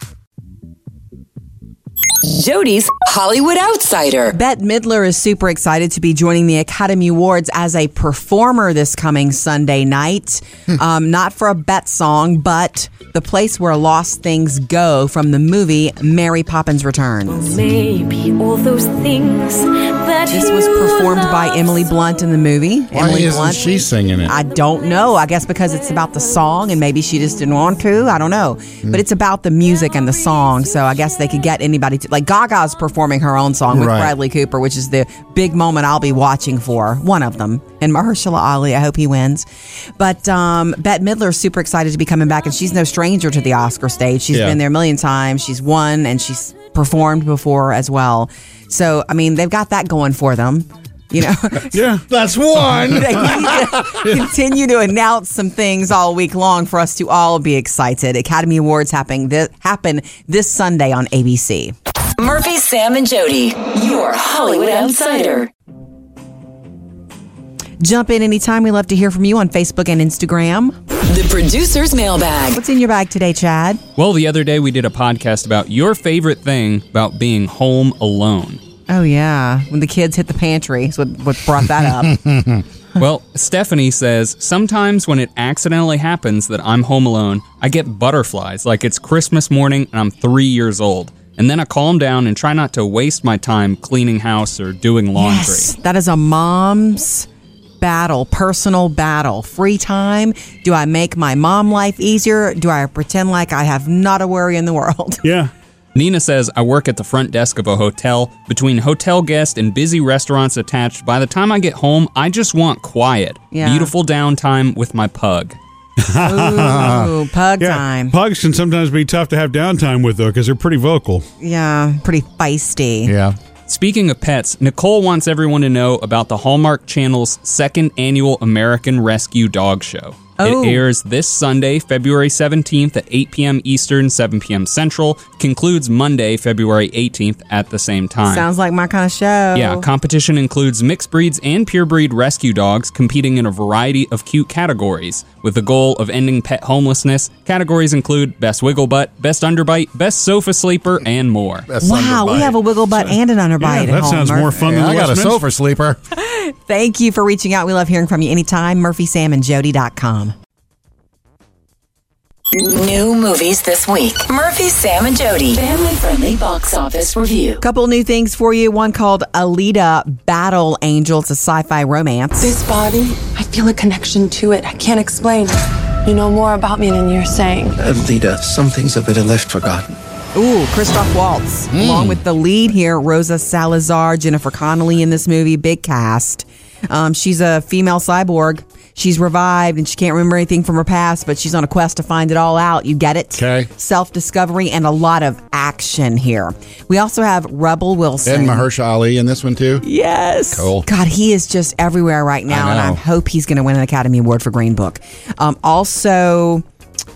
Speaker 4: Jody's Hollywood outsider.
Speaker 3: Bette Midler is super excited to be joining the Academy Awards as a performer this coming Sunday night.
Speaker 2: Hmm.
Speaker 3: um, not for a Bet song, but the place where lost things go from the movie Mary Poppins Returns.
Speaker 8: Maybe all those things that
Speaker 3: This was
Speaker 8: you
Speaker 3: performed by
Speaker 8: loved.
Speaker 3: Emily Blunt in the movie.
Speaker 2: Why
Speaker 3: Emily
Speaker 2: isn't
Speaker 3: Blunt.
Speaker 2: she singing it?
Speaker 3: I don't know. I guess because it's about the song and maybe she just didn't want to. I don't know.
Speaker 2: Hmm.
Speaker 3: But it's about the music and the song. So I guess they could get anybody to. Like Gaga's performing her own song with
Speaker 2: Right.
Speaker 3: Bradley Cooper, which is the big moment I'll be watching for. One of them. And Mahershala Ali. I hope he wins. But um, Bette Midler's super excited to be coming back. And she's no stranger to the Oscar stage. She's
Speaker 2: Yeah.
Speaker 3: been there a million times. She's won and she's performed before as well. So, I mean, they've got that going for them. You know,
Speaker 1: Yeah.
Speaker 2: That's one.
Speaker 3: they need to continue to announce some things all week long for us to all be excited. Academy Awards happening this, happen this Sunday on ABC.
Speaker 4: Murphy, Sam, and Jody, your Hollywood outsider.
Speaker 3: Jump in anytime. We love to hear from you on Facebook and Instagram.
Speaker 4: The producer's mailbag.
Speaker 3: What's in your bag today, Chad?
Speaker 11: Well, the other day we did a podcast about your favorite thing about being home alone.
Speaker 3: Oh yeah, when the kids hit the pantry is what, what brought that up.
Speaker 11: Well, Stephanie says sometimes when it accidentally happens that I'm home alone, I get butterflies like it's Christmas morning and I'm three years old. And then I calm down and try not to waste my time cleaning house or doing laundry.
Speaker 3: yes, that is a mom's battle, personal battle. Free time. Do I make my mom life easier? Do I pretend like I have not a worry in the world?
Speaker 1: Yeah.
Speaker 11: Nina says, I work at the front desk of a hotel. Between hotel guests and busy restaurants attached, by the time I get home, I just want quiet,
Speaker 3: Yeah.
Speaker 11: beautiful downtime with my pug.
Speaker 3: Ooh, pug
Speaker 1: Yeah.
Speaker 3: time.
Speaker 1: Pugs can sometimes be tough to have downtime with, though, because they're pretty vocal.
Speaker 3: Yeah, pretty feisty.
Speaker 2: Yeah.
Speaker 11: Speaking of pets, Nicole wants everyone to know about the Hallmark Channel's second annual American Rescue Dog Show.
Speaker 3: Oh.
Speaker 11: It airs this Sunday, February 17th at 8 p.m. Eastern, 7 p.m. Central, concludes Monday, February 18th at the same time.
Speaker 3: Sounds like my kind of show.
Speaker 11: Yeah, competition includes mixed breeds and pure breed rescue dogs competing in a variety of cute categories with the goal of ending pet homelessness. Categories include best wiggle butt, best underbite, best sofa sleeper, and more.
Speaker 2: That's
Speaker 3: Wow, we
Speaker 2: underbite.
Speaker 3: have a wiggle butt and an
Speaker 1: yeah,
Speaker 3: underbite.
Speaker 1: that
Speaker 3: at home,
Speaker 1: sounds
Speaker 3: Murph.
Speaker 1: more fun
Speaker 2: Yeah,
Speaker 1: than the
Speaker 2: I got a
Speaker 1: Westminster.
Speaker 2: sofa sleeper.
Speaker 3: Thank you for reaching out. We love hearing from you anytime. MurphySamandJody.com.
Speaker 4: New movies this week. Murphy, Sam, and Jody. Family friendly box office review.
Speaker 3: Couple new things for you. One called Alita Battle Angel. It's a sci fi romance.
Speaker 12: This body, I feel a connection to it. I can't explain. You know more about me than you're saying.
Speaker 6: Lita, some things are better left forgotten.
Speaker 3: Ooh, Christoph Waltz, along with the lead here, Rosa Salazar, Jennifer Connelly in this movie, big cast. Um, she's a female cyborg. She's revived and she can't remember anything from her past, but she's on a quest to find it all out. You get it? Okay. Self discovery and a lot of action here. We also have Rebel Wilson.
Speaker 2: And Mahershala Ali in this one too.
Speaker 3: Yes.
Speaker 2: Cool.
Speaker 3: God, he is just everywhere right now,
Speaker 2: I
Speaker 3: and I
Speaker 2: know.
Speaker 3: hope he's going to win an Academy Award for Green Book. Um, also,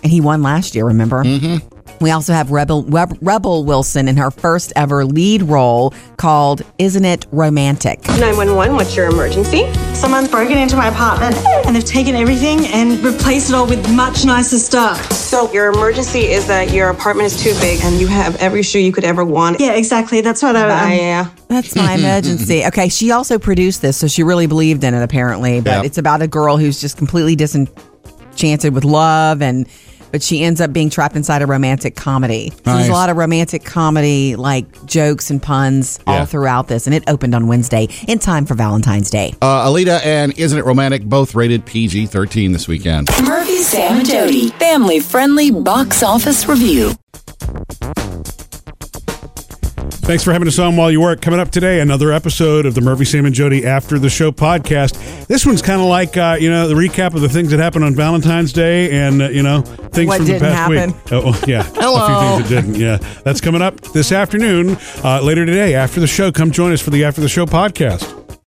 Speaker 3: and he won last year, remember? Mm-hmm. We also have Rebel, Reb- Rebel Wilson in her first ever lead role called Isn't It Romantic?
Speaker 13: 911, what's your emergency? Someone's broken into my apartment and they've taken everything and replaced it all with much nicer stuff. So, your emergency is that your apartment is too big and you have every shoe you could ever want. Yeah, exactly. That's what I.
Speaker 3: Bye.
Speaker 13: yeah.
Speaker 3: That's my emergency. Okay, she also produced this, so she really believed in it, apparently. But
Speaker 13: Yeah.
Speaker 3: it's about a girl who's just completely disenchanted with love, and but she ends up being trapped inside a romantic comedy. So There's
Speaker 14: Nice.
Speaker 3: a lot of romantic comedy, like jokes and puns,
Speaker 2: Yeah.
Speaker 3: all throughout this, and it opened on Wednesday in time for Valentine's Day.
Speaker 2: Uh, Alita and Isn't It Romantic both rated PG 13 this weekend.
Speaker 4: Murphy, Sam, and Jody. Family friendly box office review.
Speaker 1: Thanks for having us on while you work. Coming up today, another episode of the Murphy, Sam, and Jody After the Show podcast. This one's kind of like, uh, you know, the recap of the things that happened on Valentine's Day and, uh, you know, things
Speaker 3: What
Speaker 1: from
Speaker 3: didn't
Speaker 1: the past
Speaker 3: happen.
Speaker 1: week. Oh, yeah.
Speaker 3: Hello.
Speaker 1: A few things that didn't. Yeah. That's coming up this afternoon, uh, later today after the show. Come join us for the After the Show podcast.